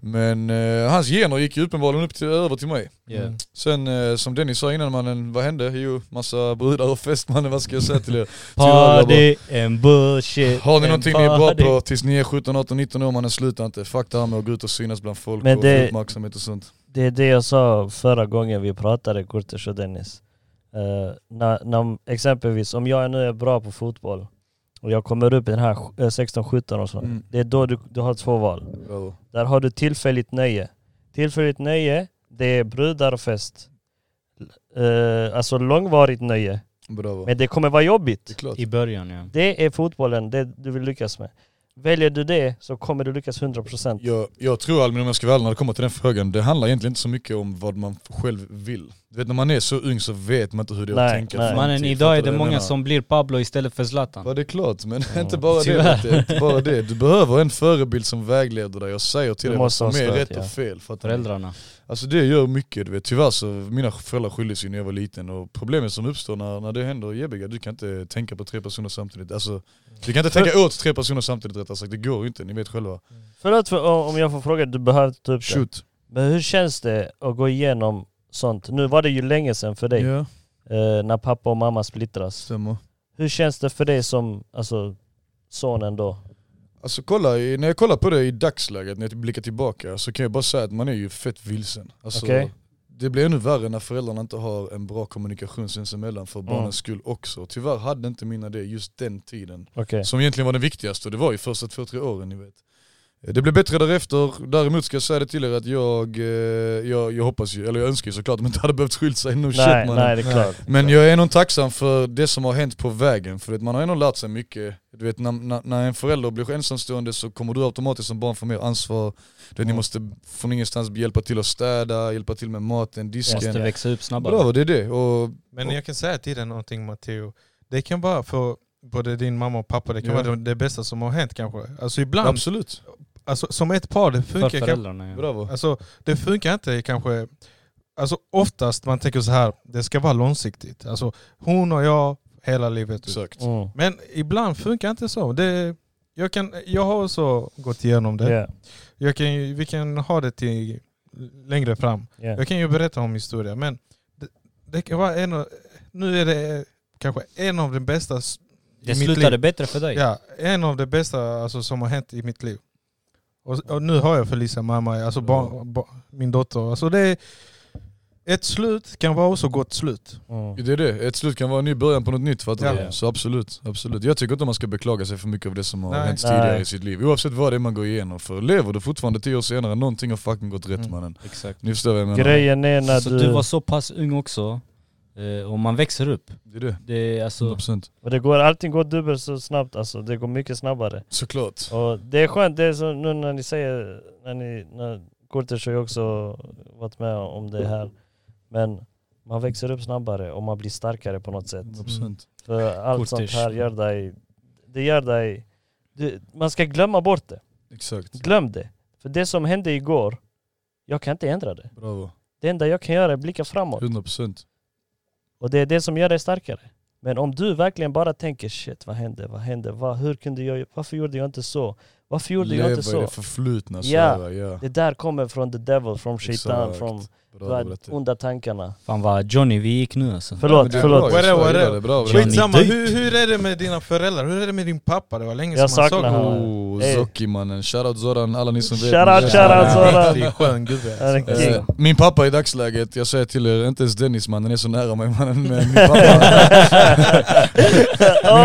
S1: Men eh, hans gener gick ju uppenbarligen upp till, över till mig.
S3: Ja.
S1: Sen eh, som Dennis sa innan mannen, vad hände? Jo, massa brudar och fest mannen, vad ska jag säga till er?
S3: Party and bullshit
S1: Har ni
S3: and
S1: någonting ni är bra
S3: party.
S1: på tills ni är 17, 18, 19 år mannen, sluta inte. Fuck det här med att gå ut och synas bland folk
S4: Men
S1: och
S4: det-
S1: få uppmärksamhet och sånt.
S4: Det är det jag sa förra gången vi pratade, Kurtis och Dennis. Eh, när, när, exempelvis om jag nu är bra på fotboll och jag kommer upp i den här sj- eh, 16-17 och så.
S1: Mm.
S4: Det är då du, du har två val.
S1: Bravo.
S4: Där har du tillfälligt nöje. Tillfälligt nöje, det är brudar och fest. Eh, alltså långvarigt nöje.
S1: Bravo.
S4: Men det kommer vara jobbigt.
S1: Det är klart.
S3: I början ja.
S4: Det är fotbollen, det du vill lyckas med. Väljer du det så kommer du lyckas 100%.
S1: Jag, jag tror Albin om jag ska vara ärlig när det kommer till den frågan, det handlar egentligen inte så mycket om vad man själv vill. Du vet när man är så ung så vet man inte hur det är att
S4: Nej,
S1: tänka.
S4: nej.
S1: framtid.
S3: Mannen
S1: Fattar
S3: idag
S1: du
S3: är det
S1: vad jag
S3: många
S1: menar?
S3: som blir Pablo istället för Zlatan.
S1: Ja det är klart, men <laughs>
S4: Ja,
S1: inte, bara
S3: tyvärr.
S1: det, vet jag, inte bara det. Du behöver en förebild som vägleder dig och säger till
S4: Du
S1: dig vad
S4: måste
S1: som
S4: ha
S1: är
S4: stöd,
S1: rätt
S4: ja.
S1: och fel. Fattar du?
S3: Föräldrarna.
S1: Alltså det gör mycket, du vet. Tyvärr så, mina föräldrar skilde sig när jag var liten och problemet som uppstår när, när det händer är jebbiga, du kan inte tänka på tre personer samtidigt. Alltså, du kan inte
S4: För-
S1: tänka åt tre personer samtidigt rättare sagt, det går ju inte, ni vet själva.
S4: Förlåt för, om jag får fråga, du behöver ta upp det.
S1: Shoot.
S4: Men hur känns det att gå igenom sånt? Nu var det ju länge sedan för dig,
S1: Ja,
S4: eh, när pappa och mamma splittras.
S1: stämmer.
S4: Hur känns det för dig som alltså, sonen då?
S1: Alltså kolla, i- när jag kollar på det i dagsläget, när jag blickar tillbaka, så kan jag bara säga att man är ju fett vilsen. Alltså,
S4: Okej.
S1: Det blir ännu värre när föräldrarna inte har en bra kommunikation sinsemellan för barnens
S4: Mm.
S1: skull också. Tyvärr hade inte mina det just den tiden.
S4: Okej.
S1: Som egentligen var den viktigaste, och det var ju första två, tre åren ni vet. Eh, Det blev bättre därefter, däremot ska jag säga det till er att jag, eh, jag, jag hoppas ju, eller jag önskar ju såklart att man inte hade behövt skilja sig, no shit
S4: Nej,
S1: mannen.
S4: nej det är klart.
S1: Men jag är nog tacksam för det som har hänt på vägen, för att man har ändå lärt sig mycket. Du vet när, när, när en förälder blir ensamstående så kommer du automatiskt som barn få mer ansvar. Du vet, ni måste från ingenstans hjälpa till att städa, hjälpa till med maten,
S3: Måste
S1: disken.
S3: växa upp snabbare.
S1: Bra, det är det. Och
S2: Men jag kan säga till dig någonting Matteo. Det kan vara för både din mamma och pappa, det kan
S1: Ja.
S2: vara det, det bästa som har hänt kanske. Alltså ibland,
S1: absolut,
S2: alltså, som ett par, det
S3: för
S2: funkar kanske
S3: föräldrarna. Ja.
S1: bravo.
S2: Alltså det funkar inte kanske, alltså oftast man tänker så här, det ska vara långsiktigt. Alltså hon och jag hela livet ut.
S1: Exakt.
S4: Mm.
S2: Men ibland funkar inte så. Det, jag, kan, jag har också gått igenom det.
S4: Yeah,
S2: Jag kan, ju- vi kan ha det till längre fram.
S4: yeah.
S2: Jag kan ju berätta om historia men det, det kan vara en av, nu är det kanske en av de bästa s-
S3: Det
S2: i mitt
S3: slutade
S2: liv.
S3: bättre för dig.
S2: Ja, en av de bästa alltså, som har hänt i mitt liv. Och, och nu har jag Felicia mamma, alltså barn, ba, min dotter. Alltså det är, ett slut kan vara också gott slut.
S4: Mm.
S1: Det är det, ett slut kan vara en ny början på något nytt fattar
S4: Ja.
S1: du? Så absolut, absolut. Jag tycker inte man ska beklaga sig för mycket av det som har
S2: Nej.
S1: hänt tidigare
S4: Nej.
S1: i sitt liv. Oavsett vad det är man går igenom. För lever du fortfarande tio år senare, någonting har fucking gått rätt
S2: Mm.
S1: mannen.
S3: Exakt.
S1: Ni förstår vad jag menar?
S4: Grejen är när
S3: Så
S4: du...
S3: eh, du var så pass ung också, eh, och man växer upp.
S1: Det är det,
S3: Det är alltså,
S1: 100%.
S4: och det går, allting går dubbelt så snabbt alltså, det går mycket snabbare.
S1: Såklart.
S4: Och det är skönt, det är så, nu när ni säger, när ni, när Kurtis har ju också varit med om det här. Men man växer upp snabbare och man blir starkare på något sätt.
S1: 100%.
S4: För allt sånt
S3: Kurtis.
S4: här gör dig, det gör dig, du, man ska glömma bort det.
S1: Mm. Exakt.
S4: Glöm det. För det som hände igår, jag kan inte ändra det.
S1: Bravo.
S4: Det enda jag kan göra är blicka framåt.
S1: 100%.
S4: Och det är det som gör dig starkare. Men om du verkligen bara tänker shit, vad hände, vad hände, vad, hur kunde jag, varför gjorde jag inte så? Varför gjorde jag
S1: Leva
S4: inte
S1: i
S4: så?
S1: det förflutna. så
S4: Ja.
S1: här, ja.
S4: Det där kommer från the devil, från shaitan,
S1: Exakt.
S4: från
S1: Bra,
S4: de här
S1: berätta.
S4: onda tankarna.
S3: fan vad Johnny vi gick nu alltså.
S1: Men
S4: Förlåt,
S1: det är
S4: förlåt.
S1: bra, jag
S2: Whatever,
S1: gillar
S2: whatever.
S1: det, Bravo.
S3: Skit-
S2: Skitsamma,
S3: Johnny
S2: hur, hur är det med dina föräldrar? Hur är det med din pappa? Det var länge
S4: Jag
S2: som han
S4: saknar
S2: såg
S4: honom.
S1: Oh,
S4: Hey.
S1: Zocchi mannen. Shoutout Zoran, alla ni som vet.
S4: Shout out,
S1: ni-
S4: shout out, Zoran.
S2: Riktigt skön gubbe.
S4: Han är en
S1: Eh,
S4: king.
S1: Min pappa i dagsläget, jag säger till er, inte ens Dennis mannen är så nära mig mannen, men
S4: <laughs>
S1: min pappa,
S4: Oh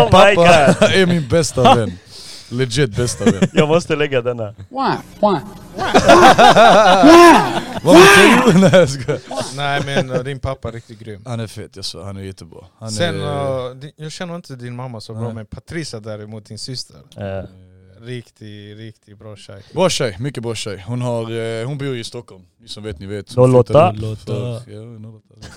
S1: <laughs> min pappa
S4: my god.
S1: är min bästa vän. Legit bästa vän.
S4: <laughs> Jag måste lägga
S1: <laughs>
S4: denna.
S1: Vad vill du? <laughs> Nej jag skojar.
S2: Nej men eh, din pappa är riktigt grym.
S1: Han är fet, jag svär, han är jättebra. Han
S2: Sen,
S1: är,
S2: eh, di- jag känner inte din mamma så bra
S1: Nej.
S2: men Patricia däremot, din syster.
S4: Eh,
S2: Riktigt, riktigt bra tjej.
S1: Bra tjej, mycket bra tjej. Hon, har, eh, hon bor ju i Stockholm, ni som vet ni vet. Hon
S4: 08.
S1: flyttade
S3: Lotta.
S1: för- ja, 08.
S4: <laughs>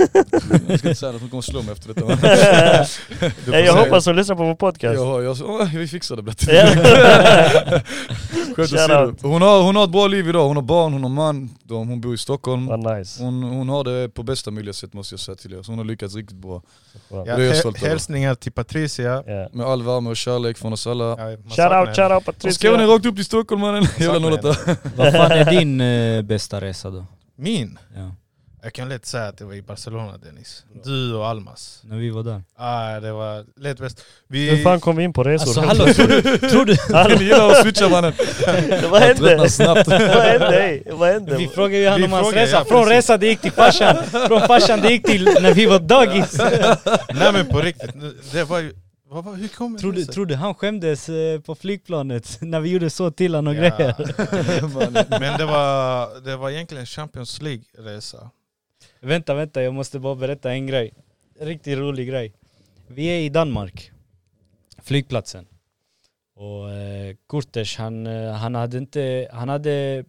S1: Jag ska inte säga att hon kommer slå mig efter detta.
S4: eh, jag hoppas hon lyssnar på vår podcast.
S1: Jag har, jag, åh, vi fixar det blöt. <laughs>
S4: Ja.
S1: Skönt att se
S4: Shoutout.
S1: det. Hon har, hon har ett bra liv idag, hon har barn, hon har man, de, hon bor i Stockholm.
S4: Vad nice.
S1: Hon, hon har det på bästa möjliga sätt måste jag säga till er, så hon har lyckats riktigt bra.
S2: Ja,
S1: Det är jag
S2: hä-
S1: stolt över.
S2: hälsningar till Patricia.
S4: Yeah.
S1: Med all värme och kärlek från oss alla.
S2: Ja, man
S4: Shout
S2: saknar
S4: out, shout out
S1: Så Skåne
S4: Patricia.
S1: rakt upp till Stockholm mannen, jävla
S2: saknar
S1: 08.
S3: <laughs> Vad fan är din eh, bästa resa då?
S2: Min?
S3: Ja.
S2: Jag kan lätt säga att det var i Barcelona Dennis. Du och Almas.
S3: När vi var där.
S2: Ah, det var lätt bäst.
S4: Hur
S2: Vi,
S4: fan kom vi in på
S3: Alltså
S4: resor?
S3: hallå, tror du, tror du <laughs>
S1: Ni gillar att switcha mannen.
S4: <laughs> Vad
S1: Jag tröttnar
S4: hände?
S1: snabbt.
S4: Vad hände? Ey, Vad hände?
S3: Vi frågade ju han
S2: Vi
S3: om hans
S2: frågade,
S3: resa,
S2: ja,
S3: från
S2: precis.
S3: resa det gick till farsan, från farsan det gick till när vi var dagis.
S2: nej men på riktigt, nu- det var ju... Vad var, hur kom
S3: Tror
S2: det
S3: du,
S2: sig?
S3: tror du han skämdes eh, på flygplanet när vi gjorde så till honom och
S2: Ja.
S3: grejer?
S2: <laughs> Men det var, det var egentligen Champions League-resa.
S3: Vänta, vänta, jag måste bara berätta en grej. Riktigt rolig grej. Vi är i Danmark, flygplatsen. Och eh, Kurtesh, han, eh, han hade inte, han hade,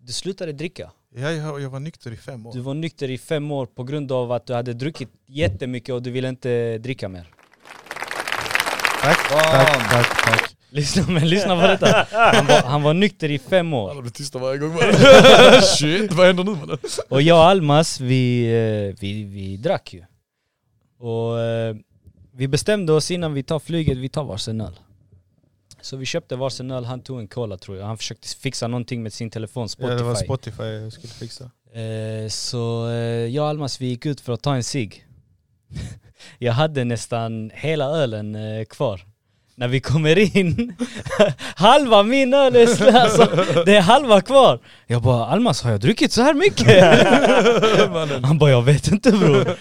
S3: du slutade dricka.
S2: Ja, jag, jag var nykter i fem år.
S3: Du var nykter i fem år på grund av att du hade druckit jättemycket och du ville inte dricka mer.
S2: Tack,
S1: Fan.
S2: tack, tack, tack.
S3: Lyssna, men lyssna på detta. Han var, han var nykter i fem år.
S1: Alla blir tysta varje gång bara. <laughs>
S4: <laughs>
S1: Shit, vad händer nu mannen?
S3: <laughs> Och jag och Almas, vi, eh, vi, vi drack ju. Och eh, vi bestämde oss innan vi tar flyget, vi tar varsin öl. Så vi köpte varsin öl, han tog en cola tror jag. Han försökte fixa någonting med sin telefon,
S2: Ja,
S3: Spotify.
S2: det var Spotify jag skulle fixa.
S3: Eh, så eh, jag och Almas, vi gick ut för att ta en cigg. <laughs> jag hade nästan hela ölen eh, kvar. När vi kommer in, <laughs> halva min öl är slut, alltså, det är halva kvar. Jag bara Almas, har jag druckit så här mycket? han bara jag vet inte bror.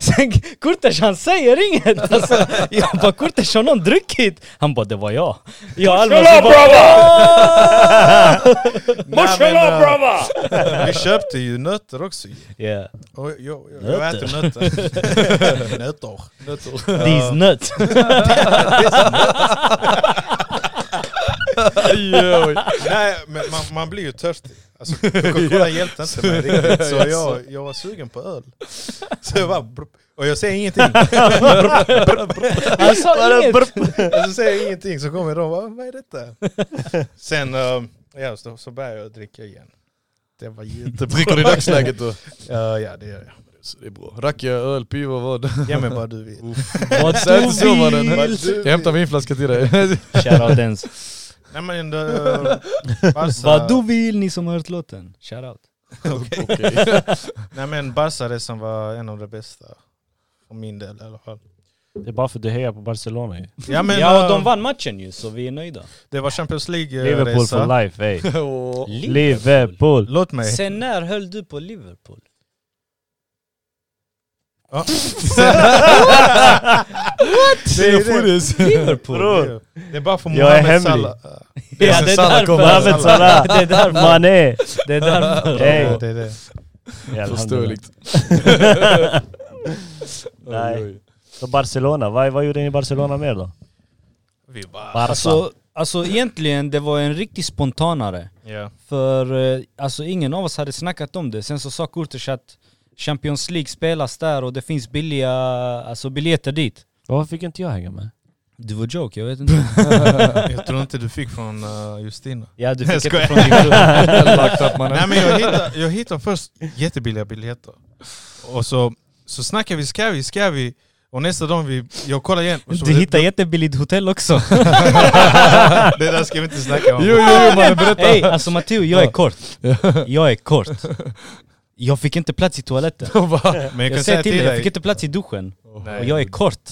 S3: Sen Kurtesh han säger inget. Alltså, jag bara Kurtesh har någon druckit? Han bara det var jag. Jag och Almas vi bara...
S1: eh,
S2: Mashallah brava! Vi köpte ju nötter också.
S3: yeah.
S2: Och jag, jag, jag,
S3: Nötter?
S2: äter <laughs> nötter. nötter. nötter.
S3: These nuts.
S2: Nej, men man, man blir ju törstig. Alltså,
S1: <laughs>
S2: Coca-Cola hjälpte inte mig riktigt, så jag, jag var sugen på öl. Så jag bara... brup. Och jag säger ingenting.
S3: Han sa inget.
S2: Alltså, säger jag ingenting så kommer de och bara, vad är detta? Sen eh, ja, så, så började jag dricka igen. Det var jättebra.
S1: Dricker
S2: <laughs>
S1: du i dagsläget då?
S2: Ja, ja, det gör jag.
S1: Så det är bra. Rakia, öl, piva, vad?
S2: Ge mig vad du vill.
S3: Vad
S1: Säg inte så
S3: du
S1: mannen.
S2: vill.
S1: Jag hämtar vinflaska till dig.
S3: Shoutout ens.
S2: Nej men... Uh, Barca,
S3: Vad du vill ni som har hört låten. Shoutout.
S1: <laughs> Okej.
S2: Nej men Barca-resan var en av de bästa. För min del i alla fall.
S4: Det är bara för att du hejar på Barcelona ju.
S2: Ja, men,
S3: ja
S2: eh,
S3: och de vann matchen ju så vi är nöjda.
S2: Det var Champions
S4: Liverpool for
S2: League-resa.
S4: life
S3: <laughs>
S4: ey.
S1: Och-
S4: Liverpool!
S2: Låt mig.
S3: Sen när höll du på Liverpool?
S2: Ja.
S1: Det är foodis.
S3: Liverpool?
S4: Bror!
S2: Det är bara för
S4: Jag är
S2: Mohamed
S4: hemlig.
S2: Salah.
S3: ja det är
S1: Salah
S3: därför.
S1: kommer.
S4: Mohamed
S3: <laughs>
S4: Salah!
S3: Det är därför.
S4: Mané!
S3: Det är <laughs> därför.
S4: Hey.
S2: Ja, det är det.
S4: Ja,
S1: Förståeligt.
S4: alhamdulillah.
S1: <laughs> Oj,
S4: Nej.
S1: oj.
S4: Så Barcelona, vad, vad gjorde ni i Barcelona mer då?
S2: Vi bara...
S4: Barca.
S3: Alltså, alltså egentligen det var en riktigt spontanare.
S2: Ja.
S3: För eh, alltså ingen av oss hade snackat om det. Sen så sa Kurtis att Champions League spelas där och det finns billiga alltså, biljetter dit.
S4: Varför fick inte jag hänga med?
S3: Du var joke, jag
S2: <laughs>
S3: vet inte.
S2: Jag tror inte du fick från eh, Justina.
S3: Ja du
S2: Jag
S3: fick
S2: skojar.
S3: inte från
S2: <laughs>
S3: din klubb.
S1: Elakt att man-
S2: Nej men jag hittade, jag hittade först jättebilliga biljetter. Och så, så snackar vi, ska vi, ska vi. Och nästa dag, vi, jag kollar igen. Och så,
S3: Du hittade jättebilligt hotell också.
S2: <laughs> det där ska vi inte snacka om.
S1: Jo, jo, jo mannen
S3: <laughs>
S1: berätta.
S3: Ey, alltså Matteo, jag är kort. Jag är kort. Jag fick inte plats i toaletten.
S2: Men jag
S3: Jag
S2: kan
S3: säger
S2: säga
S3: till dig,
S2: till
S3: jag fick
S2: dig.
S3: inte plats i duschen.
S2: Nej.
S3: Och jag är kort. <laughs>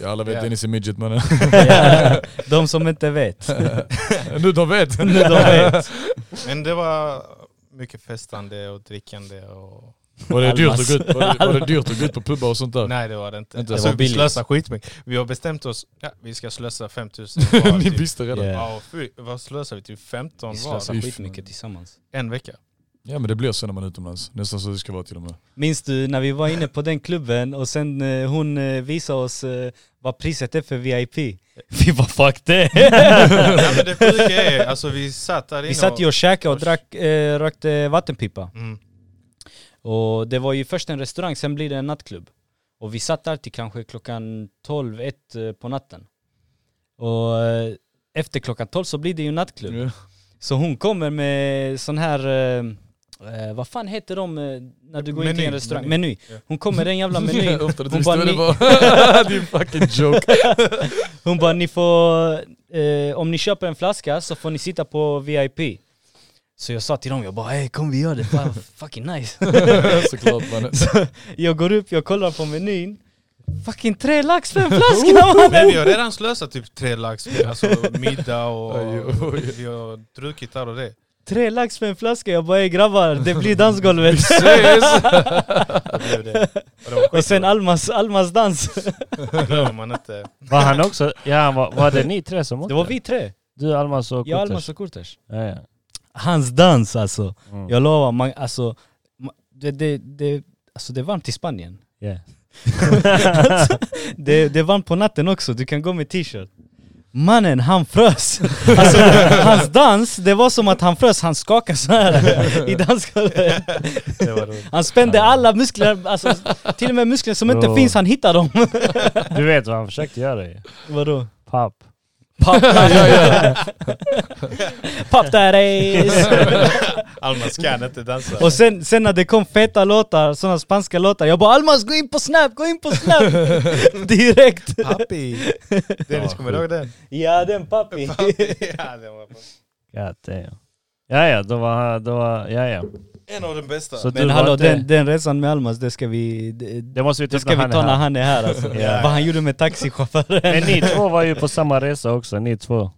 S1: Ja, alla vet
S2: Ja.
S1: Dennis är midget mannen. <laughs>
S3: Ja, De som inte vet.
S1: Nu de vet.
S3: Nu de vet.
S2: Men det var mycket festande och drickande och...
S1: Var det, dyrt att
S3: Almas.
S1: gå ut, var, det, var det dyrt att gå ut på pubbar och sånt där?
S2: Nej det var det inte.
S1: Inte,
S2: alltså,
S3: var
S2: vi
S3: billigt.
S2: slösade skitmycket. Vi har bestämt oss, ja, vi ska slösa 5000
S3: <laughs>
S2: var.
S1: Ni
S2: typ.
S1: visste redan.
S3: Yeah.
S2: Ja, och fy, vad slösade vi? Typ 15
S3: Vi
S2: var.
S3: slösar skitmycket tillsammans.
S2: En
S3: <laughs>
S2: vecka.
S1: Ja men det blir så när man är utomlands. Nästan så det ska vara till och med.
S3: Minns du när vi var inne på den klubben och sen eh, hon eh, visade oss eh, vad priset är för VIP? Vi bara fuck det!
S2: ja, men det sjuka är, alltså vi satt där inne
S3: Vi satt ju och käkade och
S2: och-
S3: drack, eh, rökte vattenpipa.
S2: Mm.
S3: Och det var ju först en restaurang, sen blir det en nattklubb. Och vi satt där till kanske klockan 12, 1 eh, på natten. Och eh, efter klockan 12 så blir det ju nattklubb.
S1: Ja.
S3: Så hon kommer med sån här, eh, eh, vad fan heter de eh, när du går in till
S2: Meny,
S3: en restaurang?
S2: meny.
S3: Meny. Hon kommer
S1: <laughs>
S3: den jävla menyn.
S1: Ofta det
S3: Hon bara,
S1: visste
S3: ni,
S1: vad det var. Din fucking joke. <laughs>
S3: hon bara, ni får, eh, om ni köper en flaska så får ni sitta på VIP. Så jag sa till dem, jag bara hey, kom vi gör det, fan,
S4: <laughs>
S3: fucking nice. <laughs>
S1: Såklart mannen.
S3: Jag går upp, jag kollar på menyn. Fucking tre lax
S4: <laughs>
S3: för en flaska
S2: Men vi
S3: mannen!
S2: har redan slösat typ tre lax, alltså middag och
S1: Oj, oj.
S2: vi har druckit här och
S3: <laughs>
S2: det.
S3: <laughs> Tre lax för en flaska, jag bara "Ey, grabbar, det blir
S4: <laughs>
S3: dansgolvet.
S2: Det blev det. Och det var
S3: Och
S2: skit,
S3: sen Almas, Almas dans.
S2: det glömmer man inte.
S4: Var han också... Ja, han var, var det ni tre som åkte?
S3: Det var vi tre.
S4: Du, Almas och
S3: Jag,
S4: Kurtas?
S3: Almas och Kurtas.
S4: Ja, ja.
S3: Hans dans alltså.
S4: Mm.
S3: Jag lovar, man, alltså, ma- det, det, det, alltså det är varmt i Spanien.
S4: Yeah.
S3: <laughs> Alltså, det, det är varmt på natten också, du kan gå med t-shirt. Mannen, han frös. <laughs> Alltså, hans dans, det var som att han frös, han skakade så här i dansgolvet.
S4: Det var roligt.
S3: Han spände alla muskler, alltså, till och med muskler som inte
S4: Bro.
S3: finns, han hittade dem.
S4: Du vet vad han försökte göra ju.
S3: Vadå?
S4: Papp.
S3: Pop, <laughs> Pop that ass!
S6: Almas kan inte dansa.
S3: Och sen, sen när det kom feta låtar, sådana spanska låtar, jag bara Almas gå in på Snap, gå in på Snap! Direkt!
S6: Pappi! Dennis, kommer du ihåg den?
S3: Ja den pappi!
S6: Ja, den var
S4: God damn. Ja, ja, då var han... Då var, ja, ja.
S6: en av de bästa.
S4: Så du
S3: Men
S4: var
S3: hallå
S4: inte-
S3: den, den resan med Almas, det ska vi... Det,
S4: Det måste vi ta
S3: det ska vi ta när han är här alltså.
S4: Ja.
S3: Vad han gjorde med taxichauffören.
S4: Men ni två var ju på samma resa också, ni två.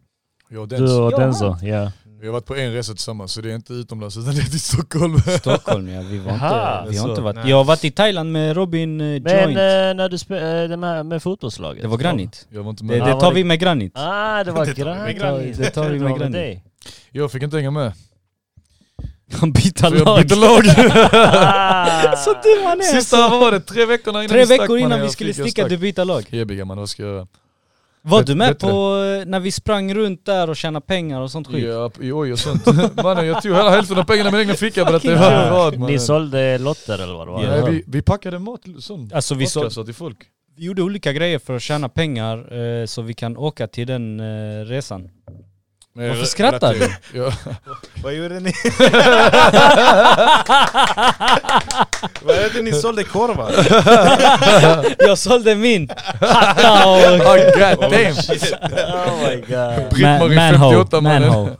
S1: Jag och
S4: Du
S1: Dennis,
S4: och Denzo, ja.
S1: vi har varit på en resa tillsammans så det är inte utomlands utan det är till Stockholm.
S3: Stockholm ja, vi var
S4: Jaha,
S3: inte, vi har
S4: så.
S3: inte varit...
S2: Nej.
S3: Jag har varit i Thailand med Robin eh,
S4: Men
S3: Joint.
S4: eh, när du spelade den här med fotbollslaget?
S3: Det var Granit.
S1: Jag var inte
S3: Det,
S1: med.
S4: Ja,
S3: det
S4: var
S3: tar
S4: det-
S3: vi med Granit.
S4: Ah, det var
S6: Det tar vi med
S4: Granit.
S3: Det tar vi
S4: Det
S3: med
S4: var
S3: Granit.
S4: dig.
S1: Jag fick inte hänga med.
S3: <laughs> Han byter
S1: Så jag
S3: lag.
S1: bytte lag.
S3: <laughs>
S4: Ah.
S3: Så dum han är!
S1: Sista, vad var det? Tre veckorna innan
S3: Tre
S1: vi stack,
S3: veckor
S1: mannen,
S3: innan vi
S1: jag
S3: skulle
S1: fick- jag
S3: sticka,
S1: stack.
S3: du byter lag.
S1: Hebiga man, vad ska jag göra?
S3: Var
S1: Bet-
S3: du med
S1: bättre.
S3: på eh, när vi sprang runt där och tjänade pengar och sånt skit?
S1: Ja, i oj och sånt. <laughs> mannen jag tog hela hälften av pengarna i min egna ficka för att det var
S4: Ah.
S1: vad mannen.
S4: Ni sålde lotter eller vad det var?
S1: Nej, vi, vi packade mat, sån
S3: Alltså vi, så,
S1: till folk.
S3: vi gjorde olika grejer för att tjäna pengar eh, så vi kan åka till den eh, resan.
S1: Men
S3: Varför
S1: re-
S3: skrattar du?
S1: relativt- <laughs>
S3: <laughs>
S1: Ja.
S6: Vad gjorde
S4: <laughs>
S6: ni? Vad är det ni sålde
S4: <laughs>
S6: korvar?
S2: Oh,
S3: <laughs> Jag sålde min hatta och...
S1: Oh, God damn!
S4: <laughs> Oh my god.
S1: Britt-Marie
S3: Ma- manhole,
S1: 58 mannen.
S3: manhole.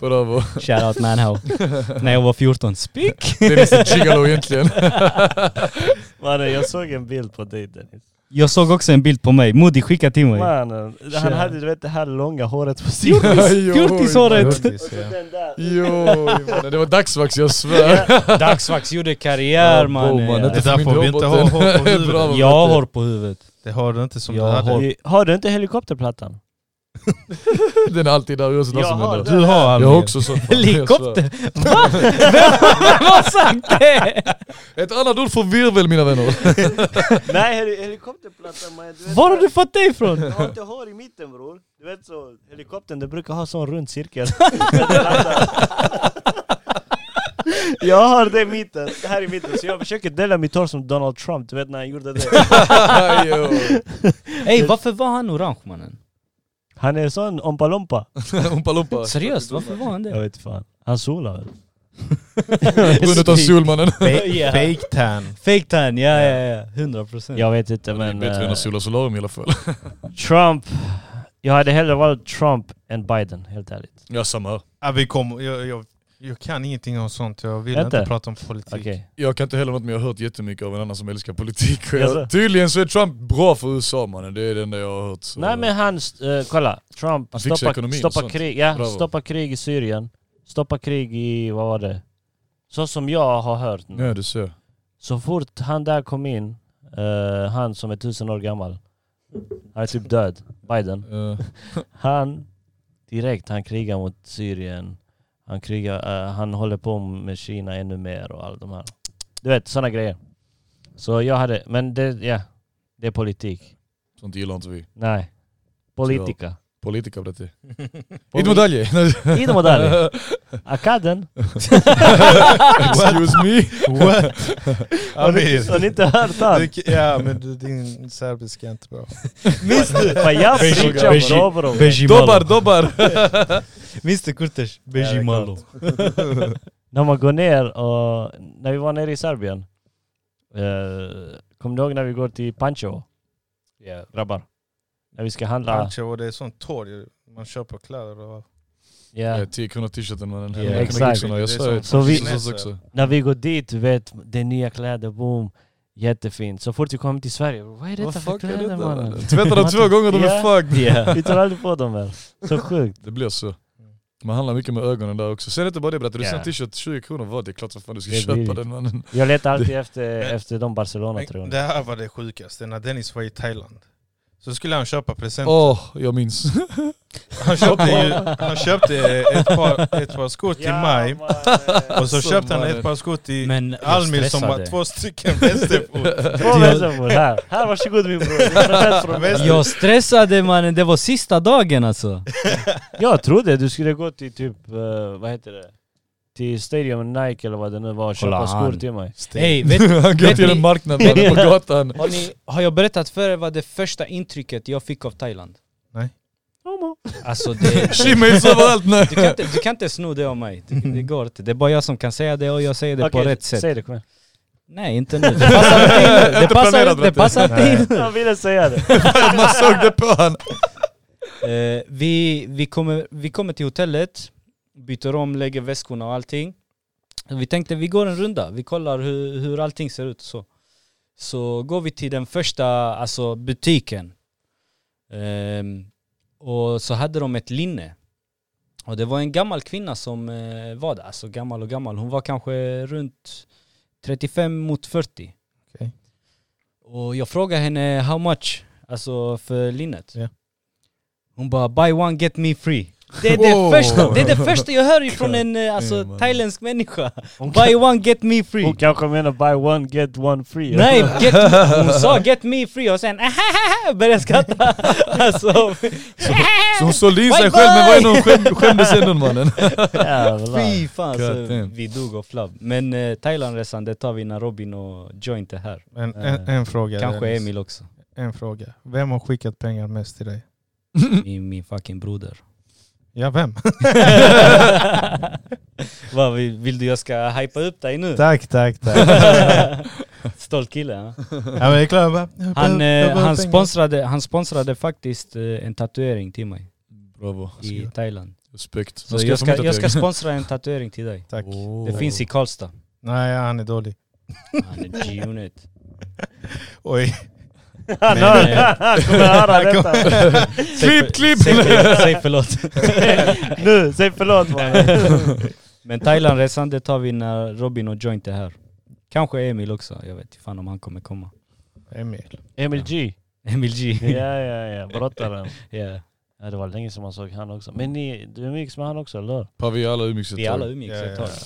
S1: Bravo.
S3: Shoutout manho.
S1: <laughs>
S3: När jag var 14. Speak!
S1: Dennis är gigolo egentligen.
S3: <laughs>
S4: Mannen jag såg en bild på dig Dennis.
S3: Jag såg också en bild på mig, Moody skickade till mig.
S4: Mannen, han hade du vet det här långa håret på <laughs> sidan.
S3: Fjortis- Fjortishåret!
S4: Den där.
S1: Jo, mannen, det var dagsvax jag svär.
S3: Dagsvax gjorde karriär
S1: Bravo, mannen,
S3: mannen.
S2: Det där
S1: min
S2: får vi inte
S1: <laughs>
S2: ha
S1: robot.
S2: hår på huvudet.
S1: Bravo,
S3: Jag har
S1: matte.
S3: hår på huvudet.
S2: Det har du inte som
S3: Jag
S2: du hade.
S3: har-
S4: Har du inte helikopterplattan?
S1: Den är alltid där oavsett vad
S4: Jag
S1: som
S4: har
S1: händer.
S4: den.
S2: Du har
S1: Jag
S2: Almin.
S1: har också sånt. mannen, jag svär.
S3: Helikopter? Va? Vem vem har sagt det?
S1: Ett annat ord för virvel mina vänner.
S4: <laughs> Nej heli- helikopterplattan mannen. du vet-
S3: Var har du fått det ifrån?
S4: Jag har inte hår i mitten bror. Du vet så, helikoptern det brukar ha sån rund <laughs> cirkel. jag har det i mitten, det här i mitten. Så jag försöker dela mitt hår som Donald Trump, du vet när han gjorde det.
S1: Jo.
S4: <laughs>
S3: Ey varför var han orange mannen?
S4: Han är sån ompa-lompa.
S1: Oompa Loompa.
S3: Seriöst, varför var han
S4: Jag
S3: det?
S4: vet fan. Han solar väl?
S1: Brun utav
S4: <laughs>
S1: solmannen.
S3: <laughs> Ja.
S2: Fake tan.
S3: Fake tan, ja ja ja, 100 procent.
S4: Jag vet inte
S1: Men,
S4: men...
S1: Bättre än
S4: eh,
S1: att sola solarium i alla fall.
S4: Trump. Jag hade hellre valt Trump än Biden, helt ärligt.
S1: Ja, samma här.
S2: Ja, vi kommer. Jag, jag, jag kan ingenting om sånt. Jag vill
S4: Inte?
S2: inte prata om politik.
S4: Okej.
S2: <laughs>
S1: Jag kan inte heller något men jag har hört jättemycket av en annan som älskar politik. Och
S4: <laughs> Jaså?
S1: jag, tydligen så är Trump bra för USA mannen, det är det enda jag har hört. Så.
S4: Nej men han, st- eh, kolla. Trump
S1: Han fixar
S4: stoppar
S1: ekonomin och
S4: stoppa
S1: sånt.
S4: krig, ja,
S1: Bravo.
S4: stoppa krig i Syrien. Stoppa krig i, vad var det? Så som jag har hört nu.
S1: Ja du ser.
S4: Så fort han där kom in, eh, han som är tusen år gammal. Han är typ död, Biden.
S1: Eh,
S4: Han, direkt, han krigar mot Syrien. Han krigar, eh, han håller på med Kina ännu mer och allt de här. Du vet, sådana grejer. Så jag hade, men det, ja. Det är politik.
S1: sånt gillar inte vi.
S4: Nej. Politika.
S1: Politik av detta. Inte medalje!
S4: Idemo dalje. Akaden.
S1: Excuse me!
S2: What? Amir.
S4: <laughs> Har ni inte hört han?
S2: Du- Ja men du, din serbiska är inte bra.
S4: Minns du? Pa ja pričam
S3: Beži-
S4: dobro.
S1: Dobar,
S3: <laughs>
S1: dobar!
S3: Minns du Kurtes?
S4: Beži malo. När man går ner och... När vi var nere i Serbien. Eh, Kommer du ihåg när vi går till Pancho? Ja, grabbar. När vi ska handla.
S2: Pancho, och det är sånt torg man köper kläder och...
S4: Ja.
S1: Ja, 10 Eh, kronor t-shirten mannen.
S2: Ja,
S1: Jag kan
S4: exakt.
S1: byxorna, Jag
S2: Det
S1: sa
S2: är
S1: ju.
S2: sånt.
S4: Så vi-
S1: Jesus också.
S4: När vi går dit, du vet, det är nya kläder, boom. Jättefint. Så e fort vi kommer till Sverige, vad är detta
S1: Vad
S4: för
S1: fuck är
S4: kläder
S1: detta?
S4: mannen?
S1: Tvätta
S4: <laughs>
S1: dem två gånger, de
S4: Ja.
S1: är fucked!
S3: Yeah.
S4: Vi tar aldrig på dem väl? Så sjukt.
S1: Det blir så. Man handlar mycket med ögonen där också. Sen är det inte bara det Bratte, du
S4: Ja.
S1: ser en t-shirt 20 kronor, vad det är klart som fan du ska
S4: Det är
S1: köpa
S4: billigt.
S1: den mannen.
S4: Jag letar alltid efter, efter de Barcelona tror
S2: Men Det här var det sjukaste, när Dennis var i Thailand. Så skulle han köpa present.
S1: Åh, jag minns.
S2: Han köpte, ju, han köpte ett par, ett par skor till mig.
S4: eh.
S3: <laughs>
S2: Och så
S1: Så
S2: köpte han
S1: mannen.
S2: ett par skor till
S3: Men jag
S2: E Almi som
S3: stressade.
S2: var två stycken
S4: <laughs>
S2: vänsterfot.
S4: Två västerbor här. Här, varsågod
S3: <laughs>
S4: min bror. Det är present från mig.
S3: Jag stressade mannen, det var sista dagen alltså.
S4: Jag trodde du skulle gå till typ, eh, vad heter det? Till Stadium Nike eller vad det nu var och
S3: Kolla
S4: köpa skor
S3: han.
S4: till mig.
S3: Hey,
S1: <laughs>
S3: vet,
S1: Han går
S3: Vet
S1: till
S3: ni-
S1: en marknad mannen, på gatan.
S3: har, ni, har jag berättat för er vad det första intrycket jag fick av Thailand?
S2: Nej.
S1: <laughs>
S3: Alltså det...
S1: Shimmies överallt
S3: <laughs>
S1: nu.
S3: Du kan, inte, du kan inte sno det av mig, det, det går inte. Det är bara jag som kan säga det och jag säger det på
S4: Okej,
S3: rätt sätt.
S4: Säg det, kom igen. <laughs>
S3: Nej, inte nu. Det passar inte in nu. Det
S1: Inte
S3: passar
S1: planerat,
S3: inte, det
S1: vet du.
S3: passar inte in
S4: Jag ville
S3: <laughs>
S4: säga det.
S1: Man såg det på han.
S3: Eh, vi, vi, kommer, vi kommer till hotellet, byter om, lägger väskorna och allting. Vi tänkte vi går en runda, vi kollar hur, hur allting ser ut och så. Så går vi till den första alltså butiken. Ehm, och så hade de ett linne. Och det var en gammal kvinna som eh, var där, alltså gammal och gammal. Hon var kanske runt 35 mot 40.
S2: Okej.
S3: Och jag frågade henne how much, alltså för linnet.
S2: Ja.
S3: Hon bara buy one get me free. Det är det, första, det, är det
S1: <laughs>
S3: första jag hör från en eh, alltså,
S1: Ja, man.
S3: thailändsk människa. Buy one get me free.
S4: Hon kanske menar buy one get one free.
S3: Nej, get,
S1: <laughs>
S3: hon sa get me free och sen "Ahahaha", började skratta. Alltså,
S1: Så hon sålde in sig
S3: Bye,
S1: själv men var
S3: bye.
S1: ändå hon skäm, skämdes ändå mannen. <laughs>
S3: <laughs>
S4: Jävlar.
S3: fy fan.
S1: God
S3: Så
S1: damn.
S3: vi dog av flabb. Men eh, Thailandresan det tar vi när Robin och Joint är här.
S2: En, en, en fråga.
S3: Kanske
S2: Dennis.
S3: Emil också.
S2: En fråga. Vem har skickat pengar mest till dig?
S3: Min, min
S1: <laughs>
S3: fucking broder.
S2: Ja, vem?
S3: Vad vill, vill du jag ska hypa upp dig nu?
S2: tack, tack, tack.
S3: <laughs> Stolt kille. Ja?
S2: <laughs> ja, men det är klart, jag bara, jag
S3: Han,
S2: behöver- jag behöver
S3: eh, han,
S2: pengar.
S3: sponsrade, han sponsrade faktiskt eh, en tatuering till mig
S1: Bravo.
S3: i Thailand.
S1: Respekt.
S3: Alltså, Så jag ska, jag ska sponsra en tatuering till dig.
S2: Tack.
S3: Det finns i Karlstad.
S2: Nej, han är dålig.
S3: Han är G-unit.
S2: Oj.
S4: <laughs> Han <laughs> hör- han kommer
S2: <laughs>
S4: höra detta.
S3: <laughs>
S1: Klipp, klipp!
S3: Säg,
S1: <laughs>
S3: förlåt- säg förlåt.
S4: Nu, säg förlåt
S3: <laughs>
S4: mannen.
S3: Men Thailandresan det tar vi när Robin och Joint är här. Kanske Emil också, jag vet inte fan om han kommer komma. <laughs>
S2: Emil.
S4: Emil G.
S3: Emil G.
S4: Ja, ja, ja. Brottaren.
S3: Ja.
S4: Ja, det var länge som man såg han också. Men ni, du umgicks med han också, eller hur?
S1: Par vi alla umgicks ett
S3: Vi alla
S1: tag.
S3: umgicks
S2: Ja,
S3: ett
S2: ja,
S3: tag.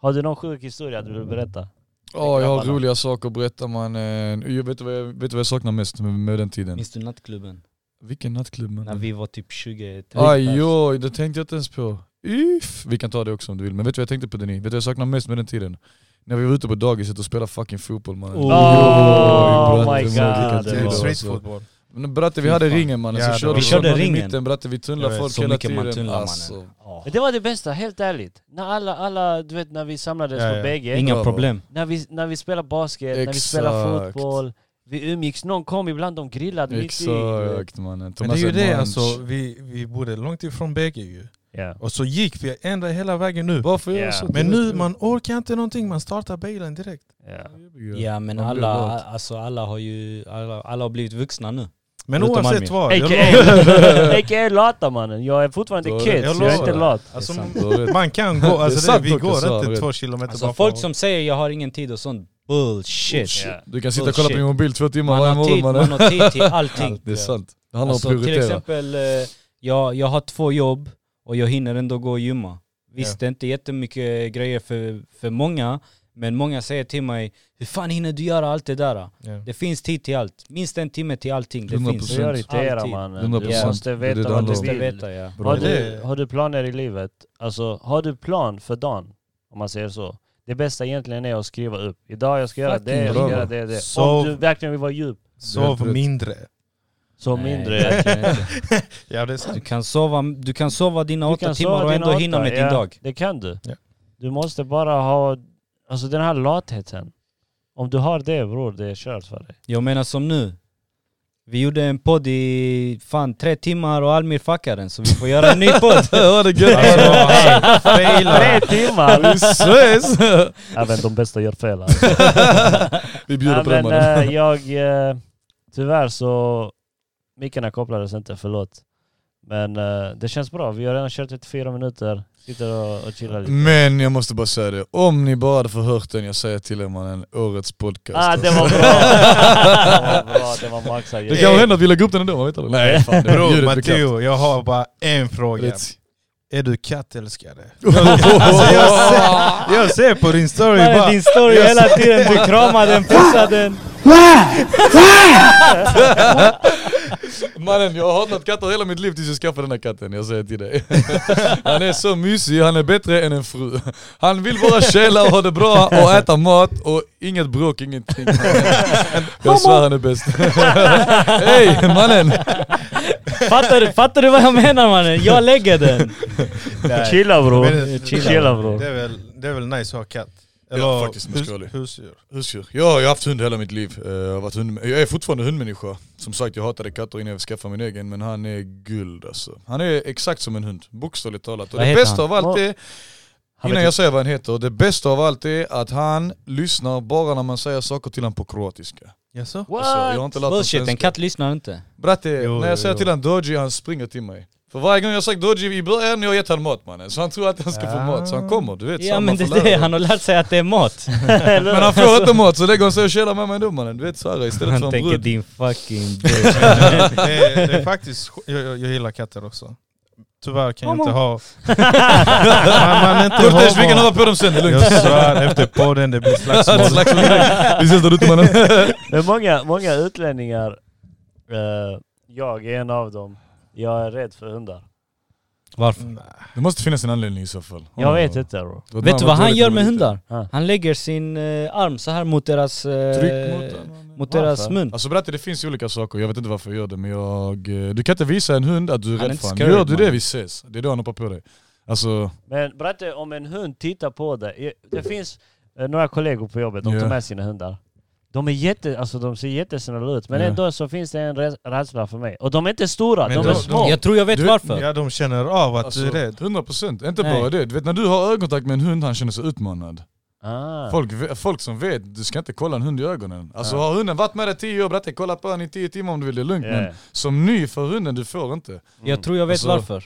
S4: Har du någon sjuk historia du vill berätta?
S1: Ja, jag har
S4: Grabbarna.
S1: roliga saker att berätta mannen. Jag vet, du vad jag, vet du vad jag saknar mest med, med den tiden?
S3: Minns du nattklubben?
S1: Vilken nattklubb
S3: När
S1: mannen.
S3: vi var typ 23
S1: Aj oj, det tänkte jag inte ens på. If. Vi kan ta det också om du vill. Men vet du vad jag tänkte på Denis? Vet du vad jag saknar mest med den tiden? När vi var ute på dagiset och spelade fucking fotboll mannen.
S3: Oh,
S4: Oh,
S1: Oj, bratte,
S4: my
S1: vilken
S4: god.
S1: tid,
S4: det var-
S1: alltså.
S2: Typ Streetfotboll.
S1: Men bratte vi hade ringen mannen,
S2: Ja,
S1: så
S2: det
S1: körde
S2: var-
S1: vi
S2: Vi
S3: körde
S1: körde ringen.
S3: ringen.
S1: mitten bratte, vi
S2: Jag
S1: tunnlade
S2: vet,
S1: folk
S3: så
S1: hela
S3: mycket man
S1: tiden.
S3: tunnlar, mannen.
S1: Alltså,
S3: Ja.
S4: Men Det var det bästa, helt ärligt. När alla, alla du vet när vi samlades
S2: Ja,
S4: på
S2: ja.
S4: bägge.
S3: Inga problem.
S4: När vi, när vi spelade basket, när vi
S1: Exakt.
S4: spelade fotboll. Vi umgicks, någon kom ibland, de grillade mitt i.
S1: exakt mannen.
S2: Men
S1: Tog
S2: det är
S1: med
S2: ju
S1: sig
S2: det
S1: munch.
S2: alltså, vi, vi bodde långt ifrån bägge ju.
S4: Ja.
S2: Och så gick vi ända hela vägen nu.
S1: Varför gör
S4: Ja.
S1: jag så?
S2: Men
S1: Det
S2: nu,
S1: vet
S2: man orkar inte någonting, man startar bilen direkt.
S4: Ja.
S1: jag.
S3: Ja men
S1: Man blir
S3: alla,
S1: glad.
S3: alltså, alla har ju alla, alla har blivit vuxna nu.
S2: Men
S3: Förutom Almi.
S2: oavsett vad, jag
S4: <laughs> A.k.a. A.k.a. lata mannen. Jag är fortfarande
S1: Jag
S4: kid,
S2: lovar.
S4: så jag är inte lat.
S2: <laughs> Alltså,
S3: Det är sant.
S1: Du har rätt.
S2: man kan gå, alltså
S1: Det är
S2: det,
S1: sant
S2: vi
S1: dock, jag
S2: går
S1: sa
S2: inte
S1: det.
S2: två kilometer
S3: Alltså
S2: bara
S3: folk
S2: för-
S3: som säger jag har ingen tid och sånt, bullshit.
S4: Ja.
S1: Du kan sitta och kolla på
S3: Bullshit.
S1: din mobil två timmar
S3: Man
S1: varje
S3: har tid,
S1: morgon
S3: man
S1: mannen.
S3: har
S1: <laughs>
S3: tid till allting.
S1: Det är sant. Det handlar
S3: Alltså,
S1: om att
S3: till
S1: prioritera.
S3: exempel, eh, jag, jag har två jobb och jag hinner ändå gå och gymma. Visst, det är inte jättemycket grejer för, för många, men många säger till mig Hur fan hinner du göra allt det där?
S2: Ja.
S3: Det finns tid till allt. Minst en timme till allting. Det
S1: 100%.
S4: Så
S3: finns.
S1: Alltid.
S4: jag irriterar
S3: Alltid.
S4: mannen.
S1: 100%.
S4: Du måste
S1: Det är det
S4: veta
S1: det
S4: vad
S1: handlar
S4: du
S1: om.
S3: Måste
S4: vill.
S3: veta ja.
S1: Bra.
S4: Har du,
S2: Det-
S4: har du planer i livet? Alltså, har du plan för dagen? Om man säger så. Det bästa egentligen är att skriva upp. Idag jag ska göra
S3: Fucking
S4: det, jag
S1: bra.
S4: ska göra det, det.
S2: Sov.
S4: Om du verkligen vill vara djup.
S1: Det är
S2: Sov
S1: rätt.
S2: mindre.
S4: Så
S3: Nej,
S4: mindre.
S3: verkligen inte.
S2: Ja, det är
S3: Du
S2: sant.
S3: kan sova, du kan sova dina
S4: Du
S3: åtta
S4: kan
S3: timmar
S4: sova
S3: och ändå
S4: dina
S3: hinna
S4: åtta,
S3: med din
S4: ja,
S3: dag.
S4: Det kan du.
S2: Ja.
S4: Du måste bara ha, alltså den här latheten. Om du har det bror, det är kört för dig.
S3: Jag menar som nu. Vi gjorde en podd i fan tre timmar och Almir fuckade den så vi får göra en ny <laughs> podd.
S1: Ja det är
S2: Alltså,
S1: gött.
S2: han failar.
S4: Tre
S3: <laughs>
S4: timmar!
S1: Ses!
S4: Även de bästa gör fel. Alltså.
S1: Vi bjuder
S4: Ja,
S1: på det
S4: men
S1: mannen.
S4: eh, jag, eh, tyvärr så, mickarna kopplades inte, förlåt. Men eh, det känns bra, vi har redan kört 34 minuter, sitter och, och chillar lite.
S1: Men jag måste bara säga det, om ni bara hade förhört den, jag säger till er mannen, årets podcast.
S4: Ah,
S1: <laughs>
S4: det var bra! det var bra, det var maxat.
S1: Det kan hända att vi lägger upp den ändå, man vet aldrig. Nej fan, det var
S2: Bror
S1: ljudet blir kallt.
S2: Matteo, jag har bara en fråga.
S1: Rätt.
S2: Är du kattälskare? Alltså, jag, ser, jag ser på din story
S3: Vad är
S2: bara...
S3: din story hela tiden? <laughs> Du kramar den, pussar den.
S1: Mannen, jag har hatat katter hela mitt liv tills jag skaffade den här katten, jag säger till dig. <laughs> Han är så mysig, han är bättre än en fru. Han vill bara chilla och ha det bra och äta mat och inget bråk,
S3: <laughs>
S1: ingenting. Jag svär han är bäst. Hej mannen!
S3: Fattar du, fattar du <laughs> vad jag menar mannen? Jag
S1: <laughs>
S3: lägger den.
S2: Nej.
S4: Chilla bror,
S2: Men-
S4: chilla bror.
S2: Det är väl, det är väl nice att ha katt?
S1: Ja, faktiskt, om jag ska vara ärlig.
S2: husdjur.
S1: Husdjur. Ja, jag har haft hund hela mitt liv. Eh, Jag, har varit hund, jag är fortfarande hundmänniska. Som sagt, jag hatade katter innan jag skaffade min egen, men han är guld alltså. Han är exakt som en hund, bokstavligt talat. Och
S3: Vad
S1: det
S3: heter
S1: bästa av allt är,
S4: Han
S1: innan
S4: vet
S1: jag säger vad han heter, det bästa av allt är att han lyssnar bara när man säger saker till honom på kroatiska.
S2: Jaså?
S1: Alltså, jag har inte lärt honom
S3: Bullshit, en
S1: svenska.
S3: katt lyssnar inte.
S1: Bratte,
S2: Jo,
S1: när jag
S2: jo,
S1: säger
S2: jo.
S1: till honom doji, han springer till mig. För varje gång jag sagt doji i början, jag har gett honom mat mannen. Så han tror att han ska få
S2: Ah.
S1: mat, så han kommer. Du vet, så
S3: Ja
S1: man
S3: men det
S1: får
S3: är det,
S1: lära
S3: han har lärt sig att det
S1: <laughs>
S3: är mat.
S1: Men han får inte mat, så lägger han sig och chillar med mig ändå mannen. Du vet såhär, istället för
S3: Han
S1: en brud.
S3: tänker din
S1: <laughs>
S3: fucking bitch.
S2: det, är, det är faktiskt, jag, jag, jag gillar katter också. Tyvärr kan jag inte ha...
S3: <laughs>
S2: Man, man är inte
S1: Kurtis, vi kan
S2: homo.
S1: hoppa på dem sen, det är lugnt.
S2: Jag svär, efter podden det blir slagsmål.
S1: <laughs> Slagsmål direkt. Vi ses där ute mannen.
S4: Men många, många utlänningar, eh, jag är en av dem, jag är rädd för hundar.
S3: Varför?
S2: Mm,
S1: Det måste finnas en anledning i så fall.
S4: Jag vet inte bror.
S3: Vet du vad han gör med hundar?
S4: Ja.
S3: Han lägger sin eh, arm så här mot deras, eh,
S1: Tryck mot den.
S3: mot deras
S4: Varför?
S3: mun.
S1: Alltså berätta, det finns ju olika saker, jag vet inte varför jag gör det men jag... eh, Du kan inte visa en hund att du är
S3: Han är
S1: rädd
S3: inte
S1: för honom.
S3: scared,
S1: Gör du det
S3: mannen.
S1: vi ses, det är då han hoppar på dig. Alltså,
S4: Men Bratte, om en hund tittar på dig. Det finns eh, några kollegor på jobbet, de
S1: Ja.
S4: tar med sina hundar. De, är jätte, alltså, de ser jättesnälla ut, men
S1: Ja.
S4: ändå så finns det en räds- rädsla för mig. Och de är inte stora,
S2: Men
S4: de
S2: då-
S4: är små.
S3: Jag tror jag vet
S1: Du-
S3: varför.
S2: Ja, de känner av att
S1: alltså
S2: du är rädd.
S1: 100%, inte
S3: Nej.
S1: bara det. Du vet när du har ögonkontakt med en hund, han känner sig utmanad.
S4: Ah.
S1: Folk, ve- folk som vet, du ska inte kolla en hund i ögonen. Alltså
S4: Ja.
S1: har hunden varit med dig 10 år, bratte kolla på den i 10 timmar om du vill, det är lugnt. Men
S4: Yeah.
S1: som ny för hunden, du får inte.
S3: Jag tror jag vet
S1: Alltså-
S3: varför.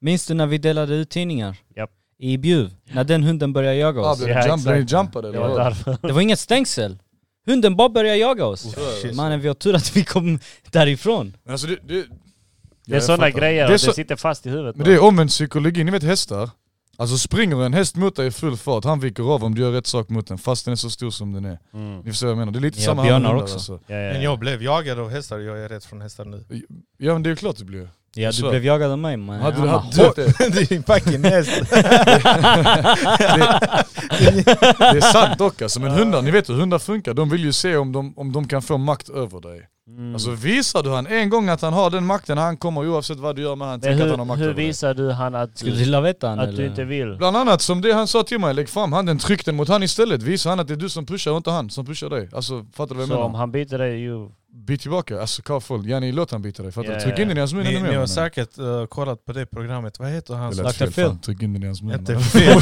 S3: Minns du när vi delade ut tidningar?
S4: Japp.
S3: I Bjuv, när den hunden började jaga
S1: Ah,
S3: oss.
S1: blev
S4: Ja,
S1: ja, jump,
S4: exakt.
S1: blev jumpad
S4: Det
S1: eller?
S4: var
S1: vad?
S4: därför.
S3: Det var inget stängsel. Hunden bara började jaga oss.
S2: shit.
S3: Mannen vi har tur att vi kom därifrån.
S1: Men alltså, det, det, Ja,
S4: Det är
S1: jag
S4: sådana
S1: fattar.
S4: grejer,
S1: Det,
S4: det,
S1: är så,
S4: sitter fast i huvudet.
S1: men det är omvänd psykologi, ni vet hästar? Alltså springer en häst mot dig i full fart, han viker av om du gör rätt sak mot den fast den är så stor som den är.
S4: Mm.
S1: Ni förstår vad jag menar, det är lite
S3: Ja,
S1: samma här med
S3: björnar
S1: hundar,
S3: också.
S1: Alltså.
S4: Ja, ja,
S2: Men
S4: ja.
S2: jag blev jagad av hästar, jag är rädd från hästar nu.
S1: Ja men det är klart det blir.
S3: Ja du
S1: Så.
S3: blev jagad av mig man.
S1: Hade du
S3: I'm a
S1: haft du, <laughs> det,
S2: Din fucking häst!
S1: det är sant dock alltså, men hundar, ni vet hur hundar funkar, de vill ju se om de, om de kan få makt över dig.
S4: Mm.
S1: Alltså visar du han en gång att han har den makten, han kommer oavsett vad du gör med han,
S4: Men
S1: tänker att han har
S4: hur,
S1: makt
S4: hur
S1: över dig.
S4: visar du han att,
S3: Skulle du vilja veta han
S4: att
S3: eller?
S4: du inte vill?
S1: Bland annat som det han sa till mig, lägg fram handen, tryck den mot han istället. Visa han att det är du som pushar och inte han som pushar dig. Alltså fattar du vad jag
S4: Så om
S1: menar?
S4: han biter dig, ju...
S1: Bit tillbaka, alltså kaffull. Jani låt han bita dig, fattar du?
S4: Ja,
S1: Tryck
S4: ja,
S1: in den i hans mun
S2: Ni,
S1: ännu mer.
S2: ni har
S1: mannen.
S2: säkert eh, kollat på det programmet, vad heter han?
S1: Det
S2: som-
S1: lät fel,
S3: Dr. Phil.
S1: fan. Tryck in den i hans mun.
S2: Inte
S1: mannen.
S2: fel!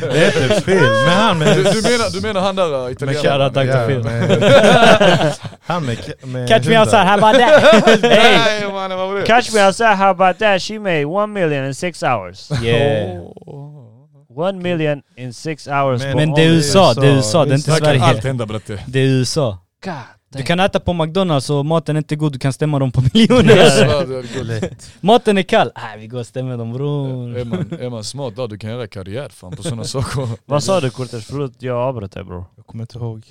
S2: Det är inte fel! Men han med...
S1: Du, du, menar, du menar han där äh, italienaren?
S3: Shoutout Dr. Phil.
S2: med- <laughs> Han med, med
S3: Catch me
S2: hundar.
S3: outside, how about that?
S4: <laughs> Hey!
S1: Nej mannen vad var det?
S4: Catch me outside, how about that? She made one million in six hours.
S3: Yeah.
S4: One million in six hours. Oh
S2: Men-
S4: på
S3: Men det är
S4: only-
S3: USA, det är USA, det är inte
S1: Där kan allt
S3: Sverige.
S1: hända bratte.
S3: Det är USA.
S4: God
S3: Du kan äta på McDonalds och maten är inte god, du kan stämma dem på
S1: <laughs>
S3: miljoner.
S1: Svär, det är guld.
S3: maten är kall, ah, vi går och stämmer dem bror.
S1: Är man, är man smart där, du kan göra karriär fan på sådana saker.
S4: Vad sa du Kurtis? Förlåt, jag avbröt dig bror.
S2: Jag kommer inte ihåg.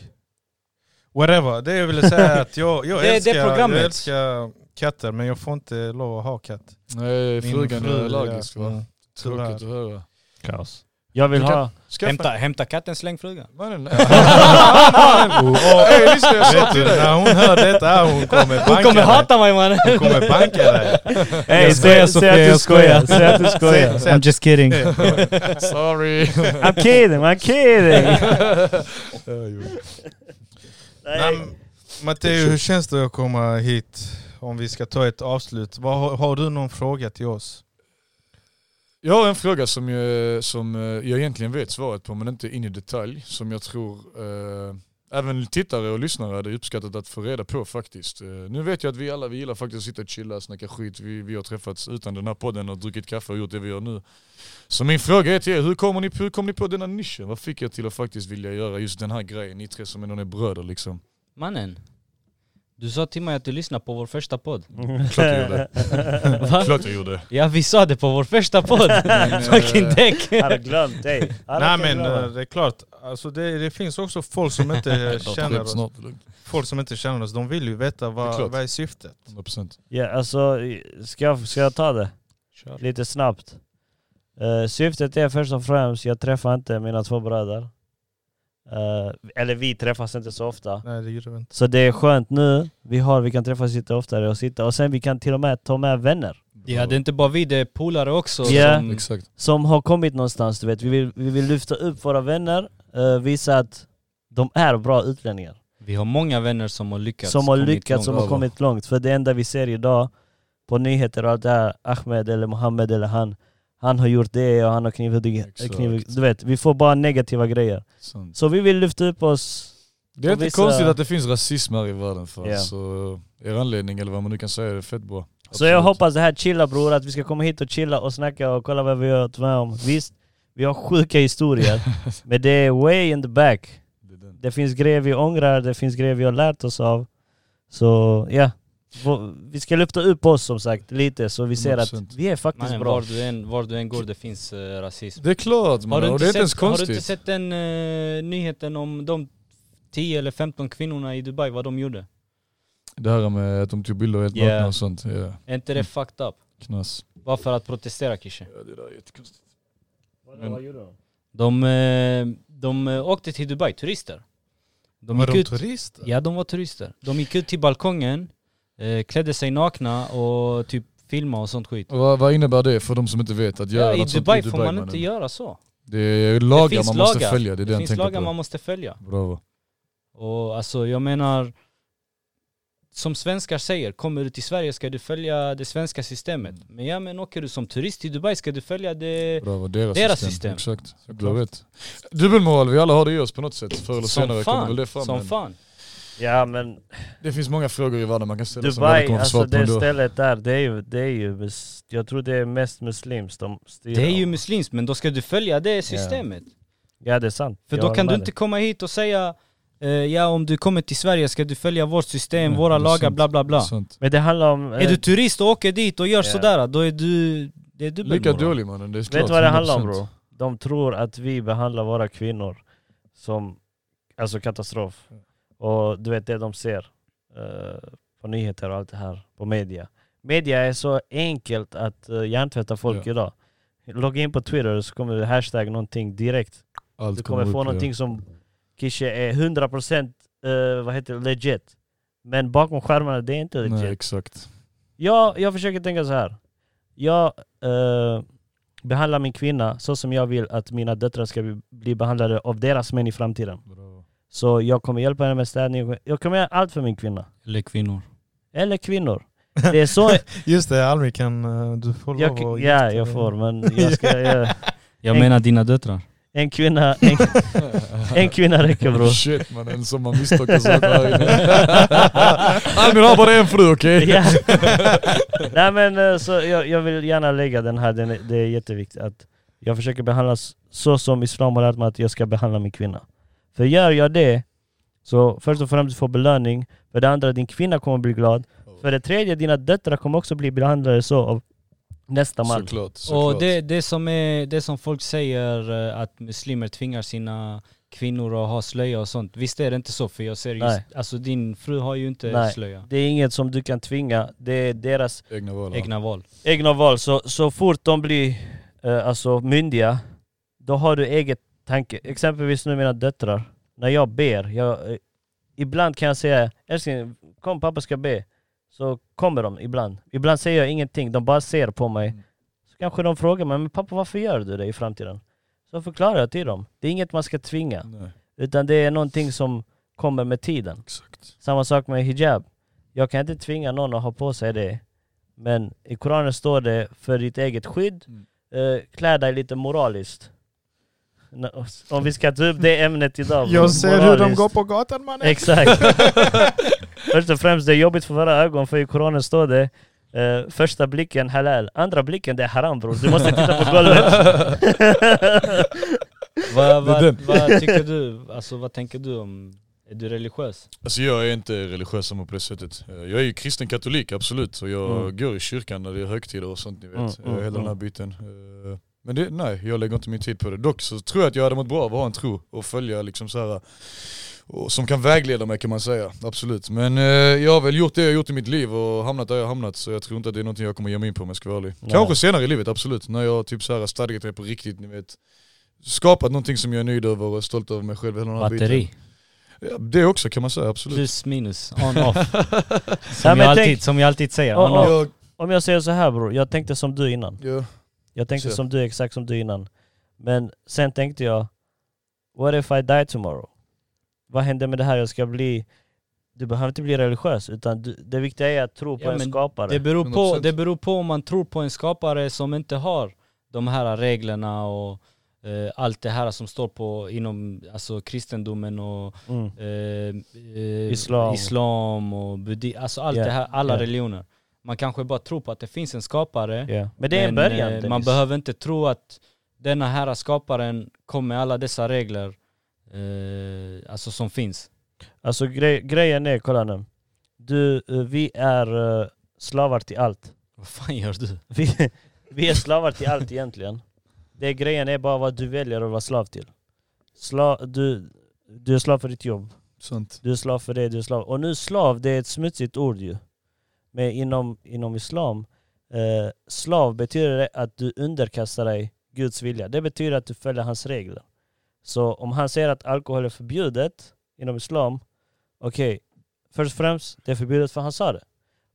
S2: Whatever, det jag ville säga är att jag, jag,
S3: <laughs> Det är det
S2: älskar, jag
S3: programmet.
S2: älskar katter men jag får inte lov att ha katt.
S1: Nej, frugan är
S2: fru,
S1: allergisk
S2: ja.
S1: va?
S2: Mm.
S1: Tråkigt att höra.
S4: Kaos. Jag vill
S1: Du kan-
S4: ha...
S1: Skaffa...
S3: hämta katten, släng frugan.
S1: Mannen. Ey lyssna jag sa
S2: Vet du,
S1: till dig.
S2: när hon hör detta,
S1: <laughs>
S2: hon kommer banka
S3: Hon kommer
S2: dig.
S3: hata mig mannen!
S2: Hon kommer banka dig.
S4: Hey,
S3: skojar, Sofia,
S4: säg, säg att du
S3: jag skojar.
S4: skojar. Säg att du skojar.
S2: Säg- säg
S3: I'm
S2: att-
S3: just kidding.
S1: Sorry.
S4: I'm kidding, I'm <laughs> kidding!
S2: Nej, men Matteo, hur känns det att komma hit? Om vi ska ta ett avslut. Vad, har, har du någon fråga till oss?
S1: Jag har en fråga som jag, som eh, jag egentligen vet svaret på men inte in i detalj. Som jag tror eh, även tittare och lyssnare hade uppskattat att få reda på faktiskt. Eh, Nu vet jag att vi alla vi gillar faktiskt att sitta och chilla, snacka skit. Vi, vi har träffats utan den här podden och druckit kaffe och gjort det vi gör nu. Så min fråga är till er, hur, kommer ni, hur kom ni på denna nischen? Vad fick er till att faktiskt vilja göra just den här grejen? Ni tre som ändå är bröder liksom.
S3: Mannen, du sa till mig att du lyssnade på vår första podd.
S1: Klart jag
S4: <laughs>
S1: gjorde.
S3: Va?
S1: Klart jag gjorde.
S3: Ja vi sa det på vår första
S4: <laughs>
S3: podd! Fucking däck!
S4: Han har glömt dig. Alla
S2: Nej men
S4: kan glömma.
S2: eh, det är klart, alltså det, det finns också folk
S1: <laughs>
S2: som inte känner oss.
S1: Snart, det är lugnt.
S2: Folk som inte känner oss, de vill ju veta
S1: Det är
S2: vad,
S1: klart.
S2: vad är syftet.
S1: 100%.
S4: Ja, alltså, ska jag, ska jag ta det? Lite snabbt. Eh, syftet är först och främst, jag träffar inte mina två bröder. Eh, eller vi träffas inte så ofta.
S2: Nej det gjorde vi inte.
S4: Så det är skönt nu, vi har, vi kan träffas lite oftare och sitta. Och sen vi kan till och med ta med vänner.
S3: Ja det är inte bara vi, det är polare också
S4: Ja.
S3: som...
S1: Exakt.
S4: Som har kommit någonstans, du vet. Vi vill, vi vill lyfta upp våra vänner, eh, visa att de är bra utlänningar.
S3: Vi har många vänner som har lyckats.
S4: som har
S3: kommit
S4: lyckats, som
S3: långt.
S4: har kommit långt. För det enda vi ser idag på nyheter och allt det här, Ahmed eller Mohammed eller han, han har gjort det och han har knivhuggit.
S1: Exakt.
S4: Kniv, du vet, vi får bara negativa grejer.
S1: Sant.
S4: Så vi vill lyfta upp oss.
S1: Det är
S4: Och
S1: inte
S4: vissa-
S1: konstigt att det finns rasism här i världen för
S4: Ja.
S1: så eh, er anledning eller vad man nu kan säga är fett bra.
S4: Så jag hoppas det här chilla bror, att vi ska komma hit och chilla och snacka och kolla vad vi har varit med om. Visst, vi har
S1: <laughs>
S4: sjuka historier, men det är way in the back.
S1: Det är den.
S4: Det finns grejer vi ångrar, det finns grejer vi har lärt oss av. Så ja, Vå- vi ska lyfta upp oss som sagt lite så vi ser att
S1: 100%.
S4: vi är faktiskt
S3: Mannen,
S4: bra.
S3: var, du än, var du än går det finns eh, rasism.
S1: Det är klart
S3: Har
S1: man,
S3: du,
S1: och det är
S3: inte
S1: inte ens
S3: sett, har du inte
S1: konstigt.
S3: sett den eh, nyheten om de 10 eller 15 kvinnorna i Dubai, vad de gjorde?
S1: Det här med att de tog bilder helt
S3: Ja.
S1: nakna och sånt, ja.
S3: Är inte det fucked up?
S1: Knas.
S3: Bara för att protestera kishe.
S1: Ja det där är jättekonstigt.
S4: Vad gjorde de?
S3: De, eh, de eh, åkte till Dubai, turister. De
S2: Var
S3: gick
S2: de
S3: ut,
S2: turister?
S3: ja de var turister. De gick ut till balkongen, eh, klädde sig nakna och typ filmade och sånt skit.
S1: Vad, vad innebär det för de som inte vet att göra
S3: Ja, i,
S1: något sånt
S3: Dubai får man
S1: mannen?
S3: inte göra så.
S1: Det är lagar
S3: finns
S1: man måste
S3: lagar.
S1: följa, det är det,
S3: Det
S1: jag
S3: finns
S1: tänker
S3: lagar
S1: på.
S3: man måste följa.
S1: Bravo.
S3: Och alltså jag menar, som svenskar säger, kommer du till Sverige ska du följa det svenska systemet.
S1: Mm.
S3: Men ja men åker du som turist till Dubai ska du följa det
S1: Bravo, deras,
S3: Deras
S1: system.
S3: system.
S1: Exakt, du vet. Dubbelmoral, vi alla har det i oss på något sätt. Förr eller
S3: som
S1: senare kommer väl
S3: fan.
S1: det fram.
S3: som
S1: men
S3: fan.
S4: Ja men
S1: Det finns många frågor i världen man kan ställa som vi aldrig
S4: Dubai,
S1: kommer få svar
S4: alltså
S1: på
S4: det
S1: ändå.
S4: stället där, det är ju, det är ju mus- jag tror det är mest muslims de styr.
S3: Det är ju muslims men då ska du följa det systemet.
S4: Ja det är sant.
S3: För
S4: Jag
S3: då
S4: håller
S3: kan du
S4: med
S3: inte
S4: dig.
S3: komma hit och säga eh, ja om du kommer till Sverige ska du följa vårt system,
S1: Nej,
S3: våra
S1: det är
S3: lagar,
S1: sant.
S3: bla bla bla.
S1: Sånt.
S4: Men det handlar om... eh,
S3: Är du turist och åker dit och gör
S4: Ja.
S3: sådär, då är du... Det är dubbelmoral.
S1: Lika dålig mannen, det är
S4: vet
S1: klart.
S4: du vad det handlar om bro?
S1: 100%.
S4: De tror att vi behandlar våra kvinnor som, alltså katastrof. Och du vet det de ser eh, på nyheter och allt det här, på media. Media är så enkelt att uh, hjärntvätta folk
S1: Ja.
S4: idag. Logga in på Twitter så kommer det hashtag någonting direkt.
S1: Allt
S4: Du kommer
S1: upp,
S4: få
S1: ja.
S4: någonting som kanske är 100% eh, vad heter det, legit. Men bakom skärmarna, det är inte legit.
S1: Nej exakt.
S4: Jag, jag försöker tänka så här. Jag eh, behandlar min kvinna så som jag vill att mina döttrar ska bli, bli behandlade av deras män i framtiden.
S1: Bra.
S4: Så jag kommer hjälpa henne med städning. Jag kommer göra allt för min kvinna.
S3: Eller kvinnor.
S4: Eller kvinnor. Det
S2: <laughs>
S4: är så...
S2: Just det, Almi kan, eh, du får lov
S4: jag,
S2: att
S4: ja,
S2: gifta
S4: jag
S2: dig.
S4: får men jag ska... göra-
S3: Jag
S4: En-
S3: menar dina döttrar.
S4: en kvinna... En, <laughs> en kvinna räcker
S1: <laughs>
S4: bror.
S1: Shit mannen, som man misstolkar saker här
S4: <laughs>
S1: inne. Albin har bara en fru okej?
S4: Ja. <laughs> Nej men eh, så jag, jag vill gärna lägga den här, den, är- det är jätteviktigt att jag försöker behandlas så som islam har lärt mig att jag ska behandla min kvinna. För gör jag det, så först och främst du får belöning, för det andra din kvinna kommer bli glad, för det tredje dina döttrar kommer också bli behandlade så av nästa man.
S1: Såklart, såklart.
S3: Och det, det, som är, det som folk säger eh, att muslimer tvingar sina kvinnor att ha slöja och sånt. Visst är det inte så för jag ser
S4: Nej.
S3: just, alltså din fru har ju inte
S4: Nej.
S3: slöja.
S4: Det är inget som du kan tvinga, det är deras
S1: Egna val. ja.
S3: Egna val.
S4: egna val. Så, så fort de blir eh, alltså myndiga, då har du eget tanke. Exempelvis nu mina döttrar. När jag ber, jag, eh, ibland kan jag säga älskling, kom pappa ska be. Så kommer de ibland. Ibland säger jag ingenting, de bara ser på mig.
S1: Mm.
S4: Så kanske de frågar mig, men pappa varför gör du det i framtiden? Så förklarar jag till dem. Det är inget man ska tvinga,
S1: Nej,
S4: utan det är någonting som kommer med tiden.
S1: exakt.
S4: Samma sak med hijab. Jag kan inte tvinga någon att ha på sig det. Men i Koranen står det för ditt eget skydd.
S1: Mm.
S4: Eh, klä dig lite moraliskt. Nå- Om vi ska ta upp det ämnet idag.
S2: Jag ser hur de
S4: moraliskt.
S2: går på gatan mannen. <laughs>
S4: Exakt. Först och främst, det är jobbigt för våra ögon för i Koranen står det eh, första blicken halal, andra blicken det är haram bror. Du måste titta på golvet.
S2: <laughs>
S3: Vad,
S1: Det är
S3: vad,
S1: den.
S3: <laughs> vad tycker du, alltså vad tänker du om, är du religiös?
S1: Alltså jag är inte religiös som på det sättet. Eh, Jag är ju kristen katolik absolut och jag
S4: Mm.
S1: går i kyrkan när det är högtider och sånt ni vet.
S4: Mm,
S1: Eh,
S4: mm,
S1: Hela den här
S4: mm.
S1: biten. Eh, Men det, nej, jag lägger inte min tid på det. Dock så tror jag att jag hade mått bra av att ha en tro och följa liksom så här, och som kan vägleda mig kan man säga. Absolut. Men eh, jag har väl gjort det jag har gjort i mitt liv och hamnat där jag har hamnat så jag tror inte att det är någonting jag kommer ge mig in på om jag ska vara ärlig.
S4: Nej.
S1: Kanske senare i livet, absolut. När jag typ så här stadgat mig på riktigt, ni vet. Skapat någonting som jag är nöjd över och stolt över mig själv. Hela den här biten.
S3: Batteri,
S1: Ja, det också kan man säga, absolut.
S3: plus minus, on <laughs> off.
S4: Ja,
S3: Som,
S4: men
S3: jag alltid,
S4: tänk-
S3: som jag alltid säger,
S4: Ja,
S3: on
S4: ja.
S3: off.
S1: Jag,
S4: Om jag säger så här bror, jag tänkte som du innan.
S1: ja.
S4: Jag tänkte
S1: Så.
S4: som du, exakt som du innan. Men sen tänkte jag, what if I die tomorrow? Vad händer med det här? Jag ska bli... Du behöver inte bli religiös, utan du, det viktiga är att tro på
S3: Ja,
S4: en
S3: men
S4: skapare.
S3: Det beror, på,
S1: 100%.
S3: det beror på om man tror på en skapare som inte har de här reglerna och eh, allt det här som står på inom alltså, kristendomen och
S4: Mm.
S3: eh, eh,
S4: Islam.
S3: islam och buddi, alltså allt
S4: Ja,
S3: det här, alla
S4: ja.
S3: religioner. Man kanske bara tror på att det finns en skapare
S4: Ja. Men det är
S3: men,
S4: en början.
S3: eh, Man
S4: Dennis.
S3: behöver inte tro att denna här skaparen kom med alla dessa regler eh, alltså som finns. <laughs>
S4: Alltså grej, grejen är, kolla nu. Du, eh, vi är eh, slavar till allt. <laughs>
S3: Vad fan gör du?
S4: Vi, vi är slavar till allt egentligen. Det grejen är bara vad du väljer att vara slav till. Sla, du, du är slav för ditt jobb.
S1: Sant.
S4: Du är slav för det, du är slav. Och nu slav, det är ett smutsigt ord ju. Men inom, inom islam, eh, slav betyder det att du underkastar dig Guds vilja. Det betyder att du följer hans regler. Så om han säger att alkohol är förbjudet inom islam, okej, först och främst, det är förbjudet för han sa det.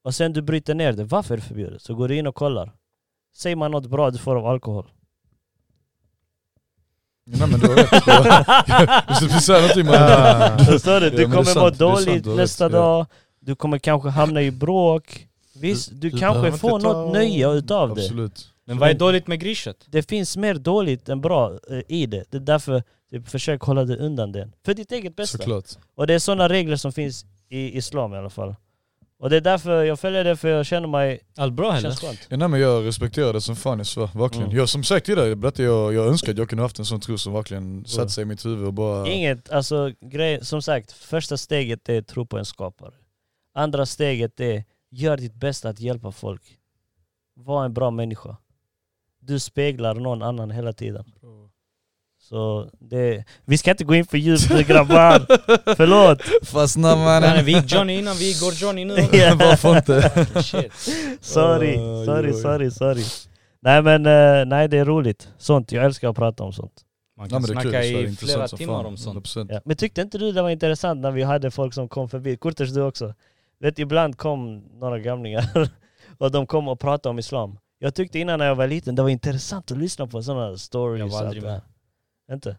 S4: Och sen du bryter ner det, varför är det förbjudet? Så går du in och kollar. Säger man något bra du får av alkohol?
S1: Nej men du har rätt. <laughs> Jag- Jag skulle precis säga någonting men...
S4: Förstår du?
S1: Ja,
S4: Du
S1: men det är
S4: kommer må
S1: sant, det är sant,
S4: dåligt
S1: du har
S4: nästa
S1: rätt, ja.
S4: dag, du kommer kanske hamna i bråk. Visst, du,
S2: du
S4: kanske
S2: behöver
S4: får
S2: inte ta-
S4: något nöje utav det.
S1: Absolut.
S3: Men vad är dåligt med griset?
S4: Det finns mer dåligt än bra eh, i det. Det är därför typ, försök hålla dig undan den. För ditt eget bästa.
S1: Såklart.
S4: Och det är sådana regler som finns i Islam i alla fall. Och det är därför jag följer det, för jag känner mig...
S3: Allt bra eller?
S4: Känns skönt.
S1: Ja, nej, men jag respekterar det som fan jag svär, verkligen.
S4: Mm.
S1: Jag som sagt tidigare, berättade jag, jag önskar att jag kunde haft en sån tro som verkligen satt sig i mitt huvud och bara...
S4: Inget, alltså grej, som sagt, första steget är att tro på en skapare. Andra steget är, gör ditt bästa att hjälpa folk. Var en bra människa. Du speglar någon annan hela tiden. Så det, vi ska inte gå in för djupt
S2: <laughs>
S4: nu grabbar. Förlåt.
S1: Fastna
S4: <laughs>
S3: Nej,
S1: mannen.
S3: vi gick Johnny innan, vi går Johnny nu. <laughs>
S1: Varför inte?
S3: Shit.
S4: Sorry,
S1: Oj,
S4: sorry,
S1: oj.
S4: sorry, sorry. Nej men eh, nej det är roligt. Sånt, jag älskar att prata om sånt.
S3: Man
S1: Nej,
S3: kan
S1: men det är kul,
S3: snacka
S1: så är det
S3: i
S1: intressant
S3: flera
S1: som
S3: timmar
S1: fan.
S3: om sånt.
S1: 100%.
S4: Ja. Men tyckte inte du det var intressant när vi hade folk som kom förbi? Kurters du också? Vet, ibland kom några gamlingar <laughs> och de kom och pratade om islam. Jag tyckte innan när jag var liten det var intressant att lyssna på sådana stories.
S3: Jag var
S4: och
S3: aldrig
S4: allt det
S3: med.
S4: här. Inte?
S3: Det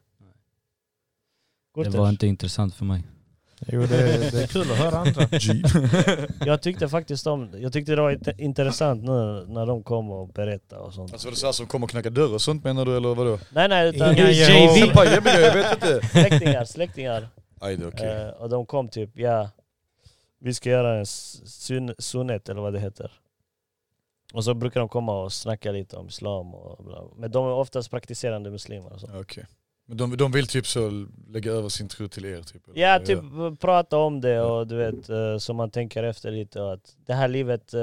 S4: Kurters,
S3: var inte intressant för mig.
S2: Jo, det, det är kul att höra andra.
S1: G.
S4: <laughs> jag tyckte faktiskt om, jag tyckte det var int- intressant nu när de kom och berättade och sånt.
S1: Alltså var det såhär som kommer och knackar dörr och sånt menar du eller vadå?
S4: Nej nej, utan
S2: Inga Jehova.
S1: <laughs>
S4: JV.
S1: Pajor menar jag, jag vet inte.
S4: släktingar, släktingar.
S1: Aj det är okej.
S4: Eh, och de kom typ, ja, vi ska göra en s- sun- sunnet eller vad det heter. Och så brukar de komma och snacka lite om islam och bla. bla. Men de är oftast praktiserande muslimer och så.
S1: Men de, de vill typ så lägga över sin tro till er typ? eller?
S4: Ja, typ prata om det och du vet, eh, så man tänker efter lite och att det här livet eh,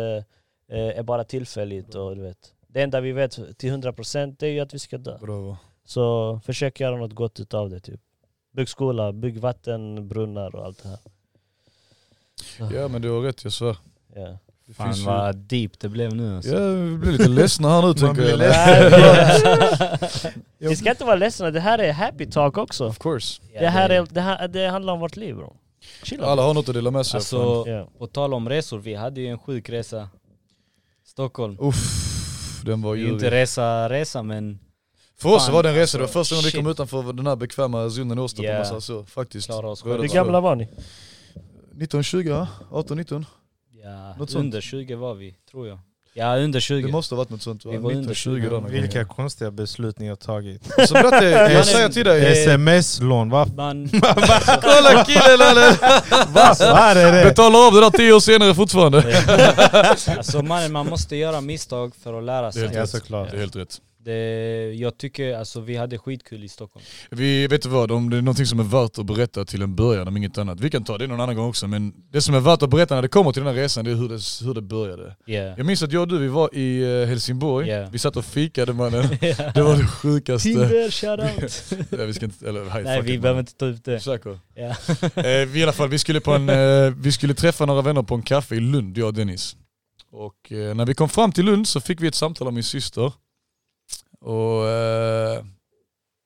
S4: eh, är bara tillfälligt och du vet. Det enda vi vet till 100% det är ju att vi ska dö.
S1: Bravo.
S4: Så försök göra något gott utav det typ. Bygg skola, bygg vattenbrunnar och allt det här.
S1: Ja men du har rätt, jag svär.
S4: Ja.
S1: Det
S3: Fan
S1: finns ju-
S3: vad deep det blev nu alltså.
S1: Ja, vi blir lite ledsna här nu tänker
S2: blir
S1: jag.
S2: ledsen.
S4: <laughs> Ni ska inte vara ledsna, det här är happy talk också.
S1: Of course.
S4: Det här är, det här, det handlar om vårt liv bro. Chilla.
S1: Alla har något att dela med sig av. fan.
S3: Alltså,
S4: Ja.
S3: på tal om resor, vi hade ju en sjuk resa. Stockholm.
S1: Uff, den var
S3: Det är ju
S1: ju
S3: inte resa, resa men
S1: För oss
S3: fan,
S1: var det en resa, det var
S3: alltså,
S1: första gången vi kom
S3: shit.
S1: utanför den här bekväma zonen i Åstorp
S3: Ja.
S1: yeah. så, så, faktiskt.
S3: Klara oss
S1: Röda
S3: själva.
S4: Hur
S1: tråden.
S4: gamla var ni?
S1: 19, 20, ja. 18, 19.
S3: ja,
S1: Något sånt.
S3: under 20 var vi, tror jag. Ja, under 20.
S1: Det måste ha varit något sånt va?
S3: Vi var under
S1: 19, 20 där någon gång.
S2: Vilka konstiga beslut ni har
S4: <laughs>
S2: tagit.
S1: Så berätta, jag säger till
S3: Eh,
S1: dig,
S2: Sms-lån, vad
S3: Man,
S1: <laughs> kolla killen eller?
S2: fan är det?
S1: Betala av det där 10 år senare
S3: eh.
S1: fortfarande.
S3: alltså man, man måste göra misstag för att lära sig.
S1: Det är
S2: Ja såklart.
S1: Det är helt rätt.
S3: Det, jag tycker alltså vi hade skitkul i Stockholm.
S1: Vi, vet du vad, om det är någonting som är värt att berätta till en början om inget annat. Vi kan ta det någon annan gång också men det som är värt att berätta när det kommer till den här resan det är hur det, hur det började.
S3: Yeah.
S1: Jag minns att jag och du vi var i eh, Helsingborg,
S3: Ja.
S1: vi satt och fikade mannen. Det var det sjukaste.
S3: Tinder, shoutout!
S1: Nej, vi ska inte, eller, hej,
S3: Nej
S1: fuck
S3: vi
S1: it,
S3: behöver
S1: mannen.
S3: inte ta upp det.
S1: Säker?
S3: Ja.
S1: <laughs> eh, vi, i alla fall, vi, skulle på en, eh, vi skulle träffa några vänner på en kaffe i Lund, jag och Dennis. Och eh, när vi kom fram till Lund så fick vi ett samtal av min syster. Och eh,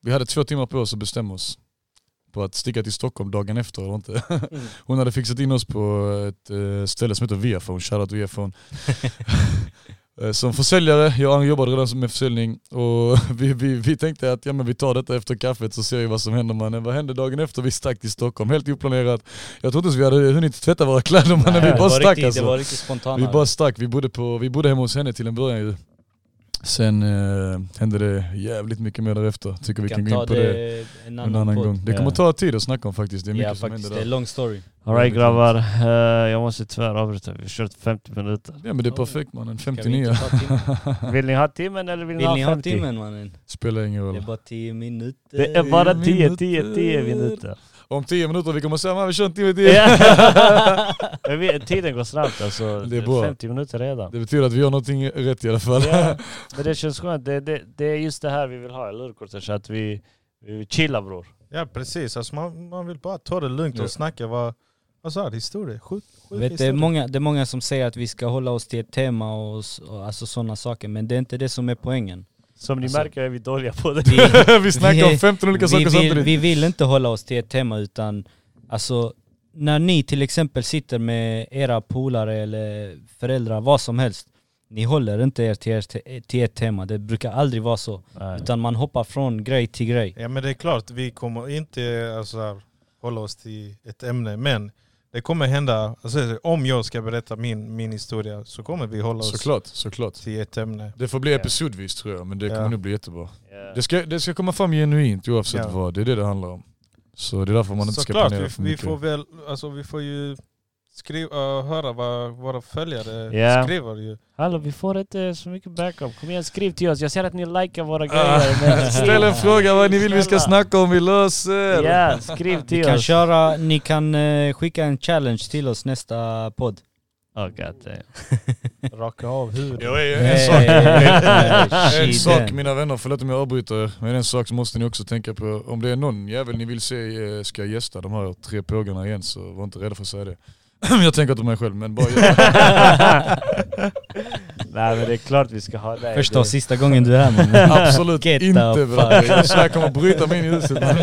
S1: vi hade två timmar på oss att bestämma oss på att sticka till Stockholm dagen efter eller inte.
S3: Mm.
S1: <laughs> Hon hade fixat in oss på ett eh, ställe som heter Viafone, shoutout
S3: <laughs>
S1: Viafone. Eh, Som försäljare, jag jobbade redan som med försäljning och <laughs> vi, vi, vi tänkte att ja, men vi tar detta efter kaffet så ser vi vad som händer mannen. Vad hände dagen efter vi stack till Stockholm? Helt oplanerat. Jag trodde inte vi hade hunnit tvätta våra kläder mannen, vi
S3: det,
S1: bara
S3: var
S1: stack
S3: riktigt, det var
S1: alltså.
S3: riktigt spontana.
S1: Vi bara stack, vi bodde, på, vi bodde hemma hos henne till en början ju. Sen eh, hände det jävligt mycket mer därefter, tycker vi kan,
S3: kan
S1: gå
S3: ta
S1: in på det,
S3: det en
S1: en
S3: annan,
S1: annan
S3: podd.
S1: gång. Det kommer
S4: Ja.
S1: ta tid att snacka om faktiskt, det är mycket
S3: Ja
S1: som händer
S3: faktiskt, det är
S1: där.
S3: en lång story.
S4: Alright grabbar, Eh, jag måste tyvärr avbryta. Vi har kört 50 minuter.
S1: <laughs> Ja men det är perfekt mannen,
S3: Kan vi
S1: 59
S3: inte ta
S1: <laughs>
S3: timmen?
S4: Vill ni ha timmen eller vill,
S3: Vill ni ha
S4: 50?
S3: timmen mannen?
S1: spelar ingen
S3: Det är
S1: roll.
S3: bara 10 minuter.
S4: Det är bara 10,
S1: Minuter.
S4: 10, 10 minuter.
S1: Om 10 minuter vi kommer säga man vi kör en timme till.
S4: Ja. <laughs> Jag vet, Tiden går snabbt alltså.
S1: Det är bra.
S4: 50 minuter redan.
S1: <laughs> Det betyder att vi gör någonting rätt i alla fall.
S4: Ja, men det känns skönt. Det, det, det är just det här vi vill ha, eller hur Kurtis? Att vi, vi chillar bror.
S2: Ja precis, alltså man, man vill bara ta det lugnt
S1: Ja.
S2: och snacka vad, vad sa du, historia? Sjuk, sjuk
S3: Vet, det, är
S2: historia.
S3: många, det är många som säger att vi ska hålla oss till ett tema och, s- och alltså sådana saker, men det är inte det som är poängen.
S4: Som ni
S3: Alltså-
S4: märker är vi dåliga på det.
S3: Vi,
S1: <laughs> vi snackar om
S3: Vi-
S1: 15 olika
S3: vi,
S1: saker
S3: vill,
S1: samtidigt.
S3: vi vill inte hålla oss till ett tema utan alltså när ni till exempel sitter med era polare eller föräldrar, vad som helst, ni håller inte er till, er till ett tema. Det brukar aldrig vara så.
S4: Nej.
S3: Utan man hoppar från grej till grej.
S2: Ja men det är klart, vi kommer inte alltså, här, hålla oss till ett ämne men det kommer hända, alltså, om jag ska berätta min, min historia så kommer vi hålla oss
S1: Såklart, såklart.
S2: till ett ämne.
S1: Det får bli
S4: Ja.
S1: episodvis tror jag, men det
S2: Ja.
S1: kommer nog bli jättebra.
S4: Ja.
S1: Det ska, det ska komma fram genuint oavsett
S2: Ja.
S1: vad, det är det det handlar om. Så det är därför man inte ska
S2: Såklart,
S1: planera
S2: vi,
S1: för
S2: vi
S1: mycket.
S2: får väl, alltså vi får ju skriva, eh, höra vad våra följare
S4: Ja.
S2: skriver ju.
S4: Hallå, vi får inte så mycket backup. Kom igen, skriv till oss. Jag ser att ni likar våra grejer. men skriv.
S1: Ah. <laughs> Ställ en fråga vad ni vill vi ska
S4: Snälla.
S1: snacka om, vi löser!
S4: Ja, skriv
S3: Ni
S4: till
S3: kan,
S4: oss.
S3: köra, ni kan eh, skicka en challenge till oss nästa podd.
S4: Oh, God damn. <laughs>
S2: Raka av huvudet.
S1: Jo, en
S3: Hey,
S1: sak,
S3: hey,
S1: en
S3: shit,
S1: sak
S3: den.
S1: mina vänner, förlåt om jag avbryter er, men en sak måste ni också tänka på. Om det är någon jävel ni vill se eh, ska gästa de här tre pågarna igen så var inte rädda för att säga det. <clears throat> Jag tänker inte på mig själv men bara gör
S3: <laughs>
S1: det.
S4: Nej men det är klart vi ska ha dig.
S3: Första och
S4: Det-
S3: sista gången du är här
S1: <laughs>
S3: mannen.
S1: Absolut
S3: Get the
S1: inte
S3: fuck.
S1: bror. Så jag kommer bryta mig in i huset.
S4: <laughs>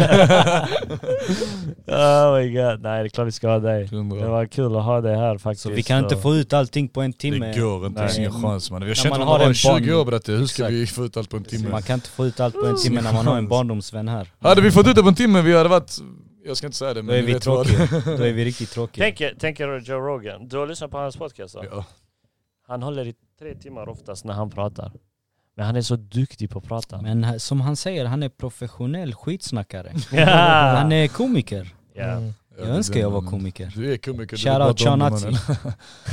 S4: Oh my god, nej det är klart vi ska ha dig. Det var kul att ha dig här faktiskt.
S3: Så vi kan inte få ut allting på en timme.
S1: Det går inte, det finns
S4: Nej.
S1: ingen chans man. Vi har
S3: När
S1: känt
S3: man
S1: varandra
S3: har
S1: i
S3: en
S1: 20
S3: barn-
S1: år berättar hur ska vi få ut allt på en timme?
S3: Man kan inte få ut allt på en timme när man har en barndomsvän här.
S1: Hade vi fått ut det på en timme vi hade varit, jag ska inte säga det
S3: Då
S1: men
S3: är
S1: ni
S3: vi
S1: vet vad.
S3: tråkiga.
S4: <laughs>
S3: Då är vi riktigt tråkiga.
S4: Tänk, er- tänk er Joe Rogan, du har lyssnat på hans podcast va?
S1: Ja.
S4: Han håller i tre timmar oftast när han pratar. Men han är så duktig på att prata.
S3: Men här- som han säger, han är professionell skitsnackare.
S4: <laughs> Ja.
S3: Han är komiker.
S4: Ja.
S2: Mm.
S3: Jag önskar jag var komiker.
S1: Du är komiker, du
S3: Shoutout
S1: pratar om det,
S3: Shanazi.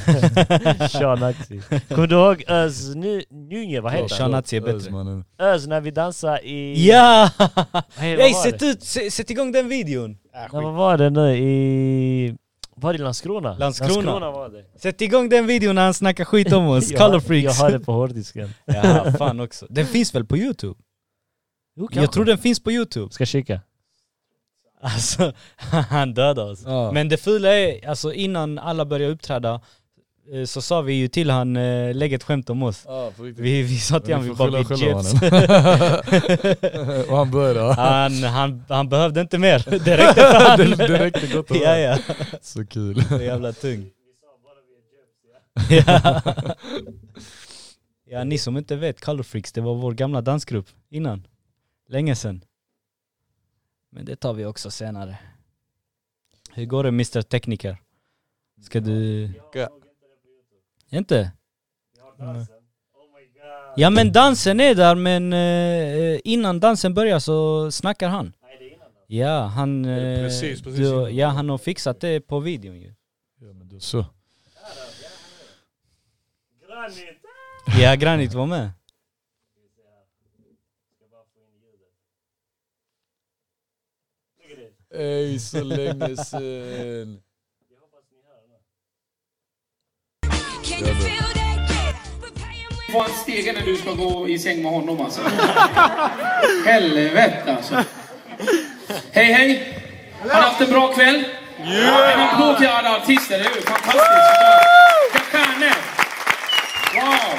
S1: mannen.
S3: <laughs>
S4: <laughs> Sean Axi. Kommer du ihåg Öz Nu- Nunje, vad heter han?
S3: Sean Axi är bättre.
S1: Ös, mannen.
S4: Öz när vi dansade i... <laughs>
S3: Ja!
S4: Hey, vad,
S3: Ey
S4: var
S3: sätt
S4: det? Äh,
S3: ut, sä- sätt igång den videon!
S4: Nej, vad var det nu i... Var det i Landskrona?
S3: Landskrona.
S4: var det.
S3: Sätt igång den videon när han snackar skit om oss,
S4: <laughs> Jag-
S3: color
S4: Jag
S3: freaks.
S4: har det på hårddisken.
S3: <laughs> Ja, fan också. Den finns väl på youtube?
S4: Jo,
S3: Jag
S4: kanske.
S3: tror den finns på youtube.
S4: Ska kika. <laughs>
S3: Alltså, han dödade oss.
S1: Ja.
S3: Men det fula är, alltså innan alla började uppträda eh, så sa vi ju till han, eh, lägg ett skämt om oss.
S1: Ja, på riktigt.
S3: Vi, vi sa till
S1: Ja,
S3: honom,
S1: ni
S3: vi
S1: får
S3: bara vi
S1: skylla er
S3: jibs.
S1: själva, <laughs> Och han började, ja.
S3: <laughs> Han, han, han behövde
S1: <laughs>
S3: inte mer, det räckte för
S1: det,
S3: han.
S1: det räckte gott och
S3: ja
S1: väl.
S3: ja,
S1: Så kul.
S3: <laughs> så jävla tung. ja. <laughs> ja ni som inte vet, Color Freaks det var vår gamla dansgrupp innan. Länge sedan. Men det tar vi också senare. Hur går det Mr Tekniker? Ska du...
S1: Ja.
S3: Inte? Mm.
S2: Nej.
S3: Ja men dansen är där men eh, innan dansen börjar så snackar han. Ja, han, eh,
S1: Precis, precis
S3: du,
S1: innan.
S3: ja, han har fixat det på videon ju.
S1: Ja, men då så.
S3: Ja, Granit var med.
S1: Ey, så länge sen.
S7: Can you feel that? Yeah. We're paying with
S8: Vad stegen när du ska gå i säng med honom alltså. <laughs> Helvete alltså. Hej hej! Har ni haft en bra kväll? Yeah! En applåd till alla artister, eller hur? Fantastiskt! Vilka stjärnor! Wow!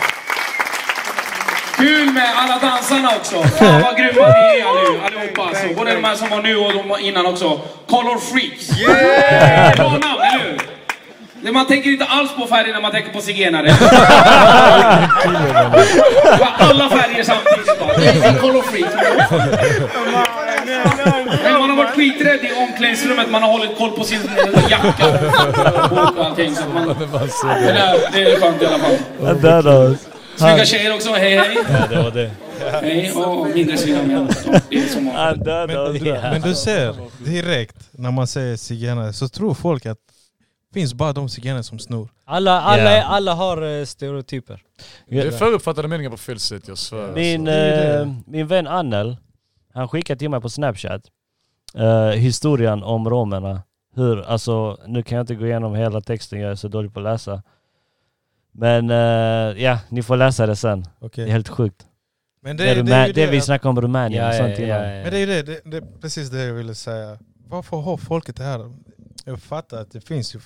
S8: Kul med alla dansarna också! Fan vad grymma ni är allu- allihopa alltså. Både de här som var nu och de var innan också. Color Freaks! Yeah! Bra namn, eller hur? Det- Man tänker inte alls på färger när man tänker på zigenare. Bara alla färger samtidigt bara. Det är Color Freaks. Men man har varit skiträdd i omklädningsrummet. Man har hållit koll på sin eh, jacka. Och allting. Så att man... det, där, det är skönt i alla fall.
S4: Han dödade oss.
S8: Snygga tjejer också. Hej hej.
S3: Ja, det var det.
S8: Hej. Och mindre snygga män. Det är så många.
S4: Han dödade
S2: Men,
S4: oss.
S2: du, men du ser direkt när man säger zigenare så tror folk att det finns bara de zigenare som snor.
S3: Alla, alla,
S4: Ja.
S3: alla har eh, stereotyper.
S1: Det är förutfattade meningar på fel sätt, jag svär.
S4: Min,
S1: alltså.
S4: eh, min vän Annel, han skickade till mig på Snapchat eh, historien om romerna. Hur, alltså, nu kan jag inte gå igenom hela texten, jag är så dålig på att läsa. Men eh, ja, ni får läsa det sen. Det
S2: Okej.
S4: är helt sjukt.
S2: Men
S4: Det, det,
S2: det är ju
S4: det vi
S2: att-
S4: snackade om Rumänien och sånt innan.
S2: Men det är ju det, det, det är precis det jag ville säga. Varför har folket det här? Jag fattar att det finns ju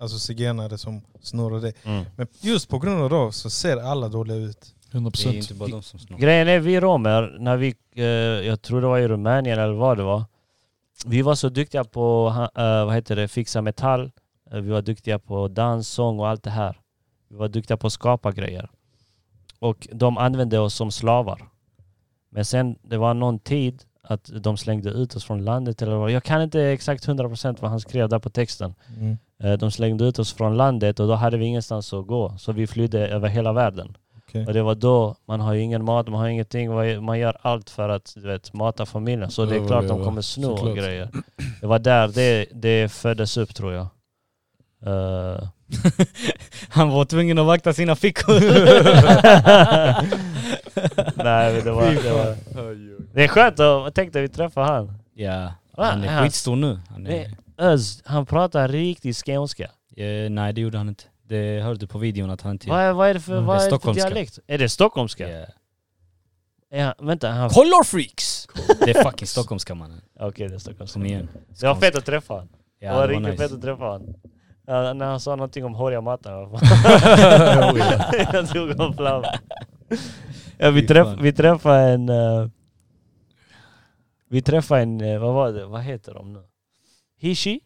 S2: alltså, zigenare som snor och det.
S4: Mm.
S2: Men just på grund av det så ser alla dåliga ut.
S1: 100
S3: Det är ju
S1: procent.
S3: inte bara de som snor.
S4: Alltså. Grejen är, vi romer, när vi, eh, jag tror det var i Rumänien eller vad det var, vi var så duktiga på, ha- eh, vad heter det, fixa metall, Eh, vi var duktiga på dans, sång och allt det här. Vi var duktiga på att skapa grejer. Och de använde oss som slavar. Men sen, det var någon tid att de slängde ut oss från landet eller vad, jag kan inte exakt 100% vad han skrev där på texten. Eh, De slängde ut oss från landet och då hade vi ingenstans att gå. Så vi flydde över hela världen.
S2: Okej.
S4: Och det var då, man har ju ingen mat, man har ingenting, vad- man gör allt för att du vet, mata familjen. Så det är klart de
S1: Överleva,
S4: kommer sno och
S1: såklart.
S4: grejer. Det var där det, det föddes upp tror jag. Eh, <laughs>
S3: Han var tvungen att vakta sina fickor.
S4: Nej men det var... Det, var, det är skönt att, jag tänkte vi träffar han.
S3: ja,
S4: Va?
S3: han är
S4: Ja.
S3: skitstor nu. Han är,
S4: Öz, han pratar riktigt skånska.
S3: eh, nej det gjorde han inte. Det hörde du på videon att han inte
S4: Vad, är- vad är det för,
S3: Mm.
S4: vad
S3: Det är
S4: är det för
S3: stockholmska.
S4: dialekt? Är det stockholmska?
S3: Ja.
S4: Är han, vänta, han...
S3: Color freaks! Det är fucking stockholmska mannen.
S4: Okej det är stockholmska.
S3: Kom igen.
S4: Det var fett att träffa honom.
S3: Ja,
S4: det var
S3: det
S4: riktigt
S3: var
S4: fett
S3: nice.
S4: att träffa honom. Ja, när han sa någonting om håriga mattan. <laughs> jag tog en flamma. Ja, vi,
S3: Fy
S4: träff,
S3: fan.
S4: vi träffade en... eh, vi träffade en... eh, vad var det? Vad heter de nu? Hishi?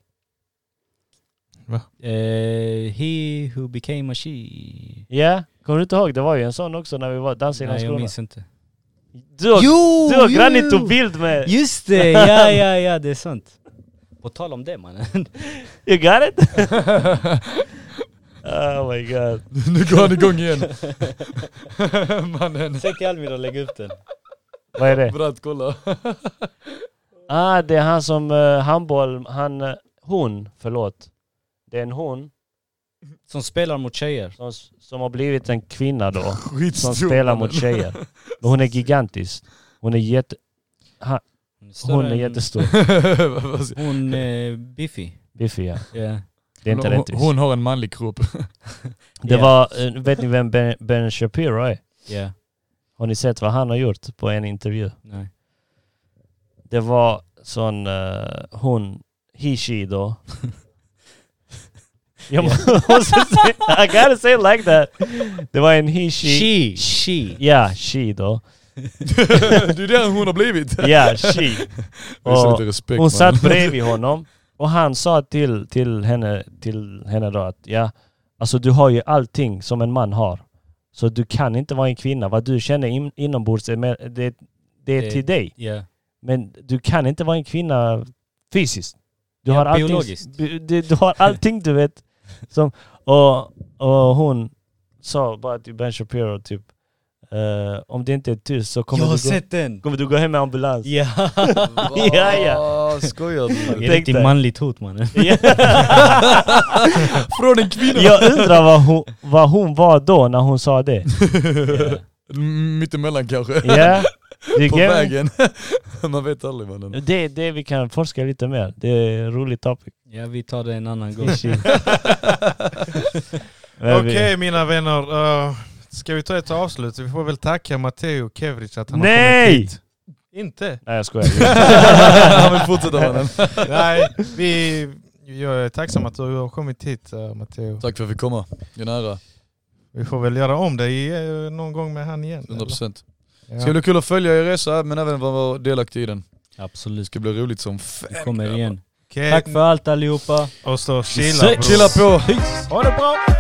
S3: Eh, he who became a she.
S4: Ja, kommer du inte ihåg? Det var ju en sån också när vi var dansade i
S3: Nej, jag
S4: Landskrona.
S3: minns inte.
S4: Du och,
S3: Jo!
S4: du och Granit tog bild med...
S3: Just det, ja ja ja det är sant. På tal om det mannen.
S4: You got it? <laughs> oh my god.
S1: <laughs> nu går han igång igen. Mannen.
S3: Säg till Almir att lägga upp den.
S4: Vad är det?
S1: Bratt, kolla.
S4: Ah, det är han som eh, handboll... Han... eh, hon, förlåt. Det är en hon
S3: Som spelar mot tjejer.
S4: som, som har blivit en kvinna då. Som
S1: Skitstor. <laughs>
S4: spelar mot tjejer. Men hon är gigantisk. Hon är jätte... Ha,
S3: Hon är, större
S4: hon är
S3: än-
S4: jättestor.
S3: Hon är biffig.
S4: Biffig ja.
S3: Ja.
S4: Det är inte
S1: hon,
S4: rättvist.
S1: hon har en manlig kropp.
S4: Det var... eh, Vet ni vem ben, ben Shapiro är?
S3: Ja,
S4: Har ni sett vad han har gjort på en intervju?
S3: nej.
S4: Det var sån... eh, hon...
S1: <laughs>
S4: Hishi då. Jag måste säga... I gotta say it like that. Det var en
S3: She!
S4: Hishi...
S3: She!
S4: Ja, she då.
S1: det är det hon har blivit.
S4: Ja, she.
S1: Visa
S4: Och
S1: lite respekt
S4: Hon
S1: mannen.
S4: satt bredvid honom och han sa till, till, henne, till henne då att ja, alltså du har ju allting som en man har. Så du kan inte vara en kvinna. Vad du känner in, inombords, är med, det, det är
S3: Det-
S4: till dig.
S3: Ja.
S4: Men du kan inte vara en kvinna fysiskt. Du,
S3: Ja,
S4: har, allting,
S3: biologiskt.
S4: bi- du, du har allting du vet. Som, och, och hon sa bara till Ben Shapiro typ Eh, om det inte är tyst så
S3: Jag
S4: kommer,
S3: har
S4: du gå,
S3: sett den!
S4: kommer du gå hem med ambulans.
S3: Ja!
S4: <laughs> Ja, ja.
S1: Ah, skojar du?
S3: Det är riktigt
S1: <laughs>
S4: dig.
S3: manligt hot mannen.
S1: Från en kvinna!
S4: <laughs> Jag undrar vad hon, vad hon var då när hon
S1: <laughs>
S4: sa det.
S1: Mm, Mittemellan kanske.
S4: Ja, du
S1: På
S4: get me?
S1: vägen. <laughs> Man vet aldrig
S4: <laughs>
S1: mannen.
S4: Det är det vi kan forska lite mer. Det är en rolig topic.
S3: Ja vi tar det en annan gång.
S4: Men vi-
S2: <laughs> Okej mina vänner, eh, ska vi ta ett avslut? Vi får väl tacka Matteo Kevrich att han har kommit
S4: Nej!
S2: hit. Inte?
S4: Nej jag skojar.
S1: Han vill fortsätta mannen.
S2: Nej, vi, jag är tacksam att du har kommit hit eh, Matteo.
S1: Tack för att vi fick komma. Det är nära.
S2: Vi får väl göra om det i, eh, någon gång med han igen. eller?
S1: 100%.
S2: Ja.
S1: Det ska bli kul att följa er resa men även vara delaktig i den. Det
S3: Absolut,
S1: ska bli roligt som fan.
S3: vi kommer igen.
S2: Okej,
S3: Tack för allt allihopa.
S2: och så
S3: Vi
S2: chilla
S3: ses.
S1: Chilla
S2: bror.
S1: på!
S2: Ha det bra!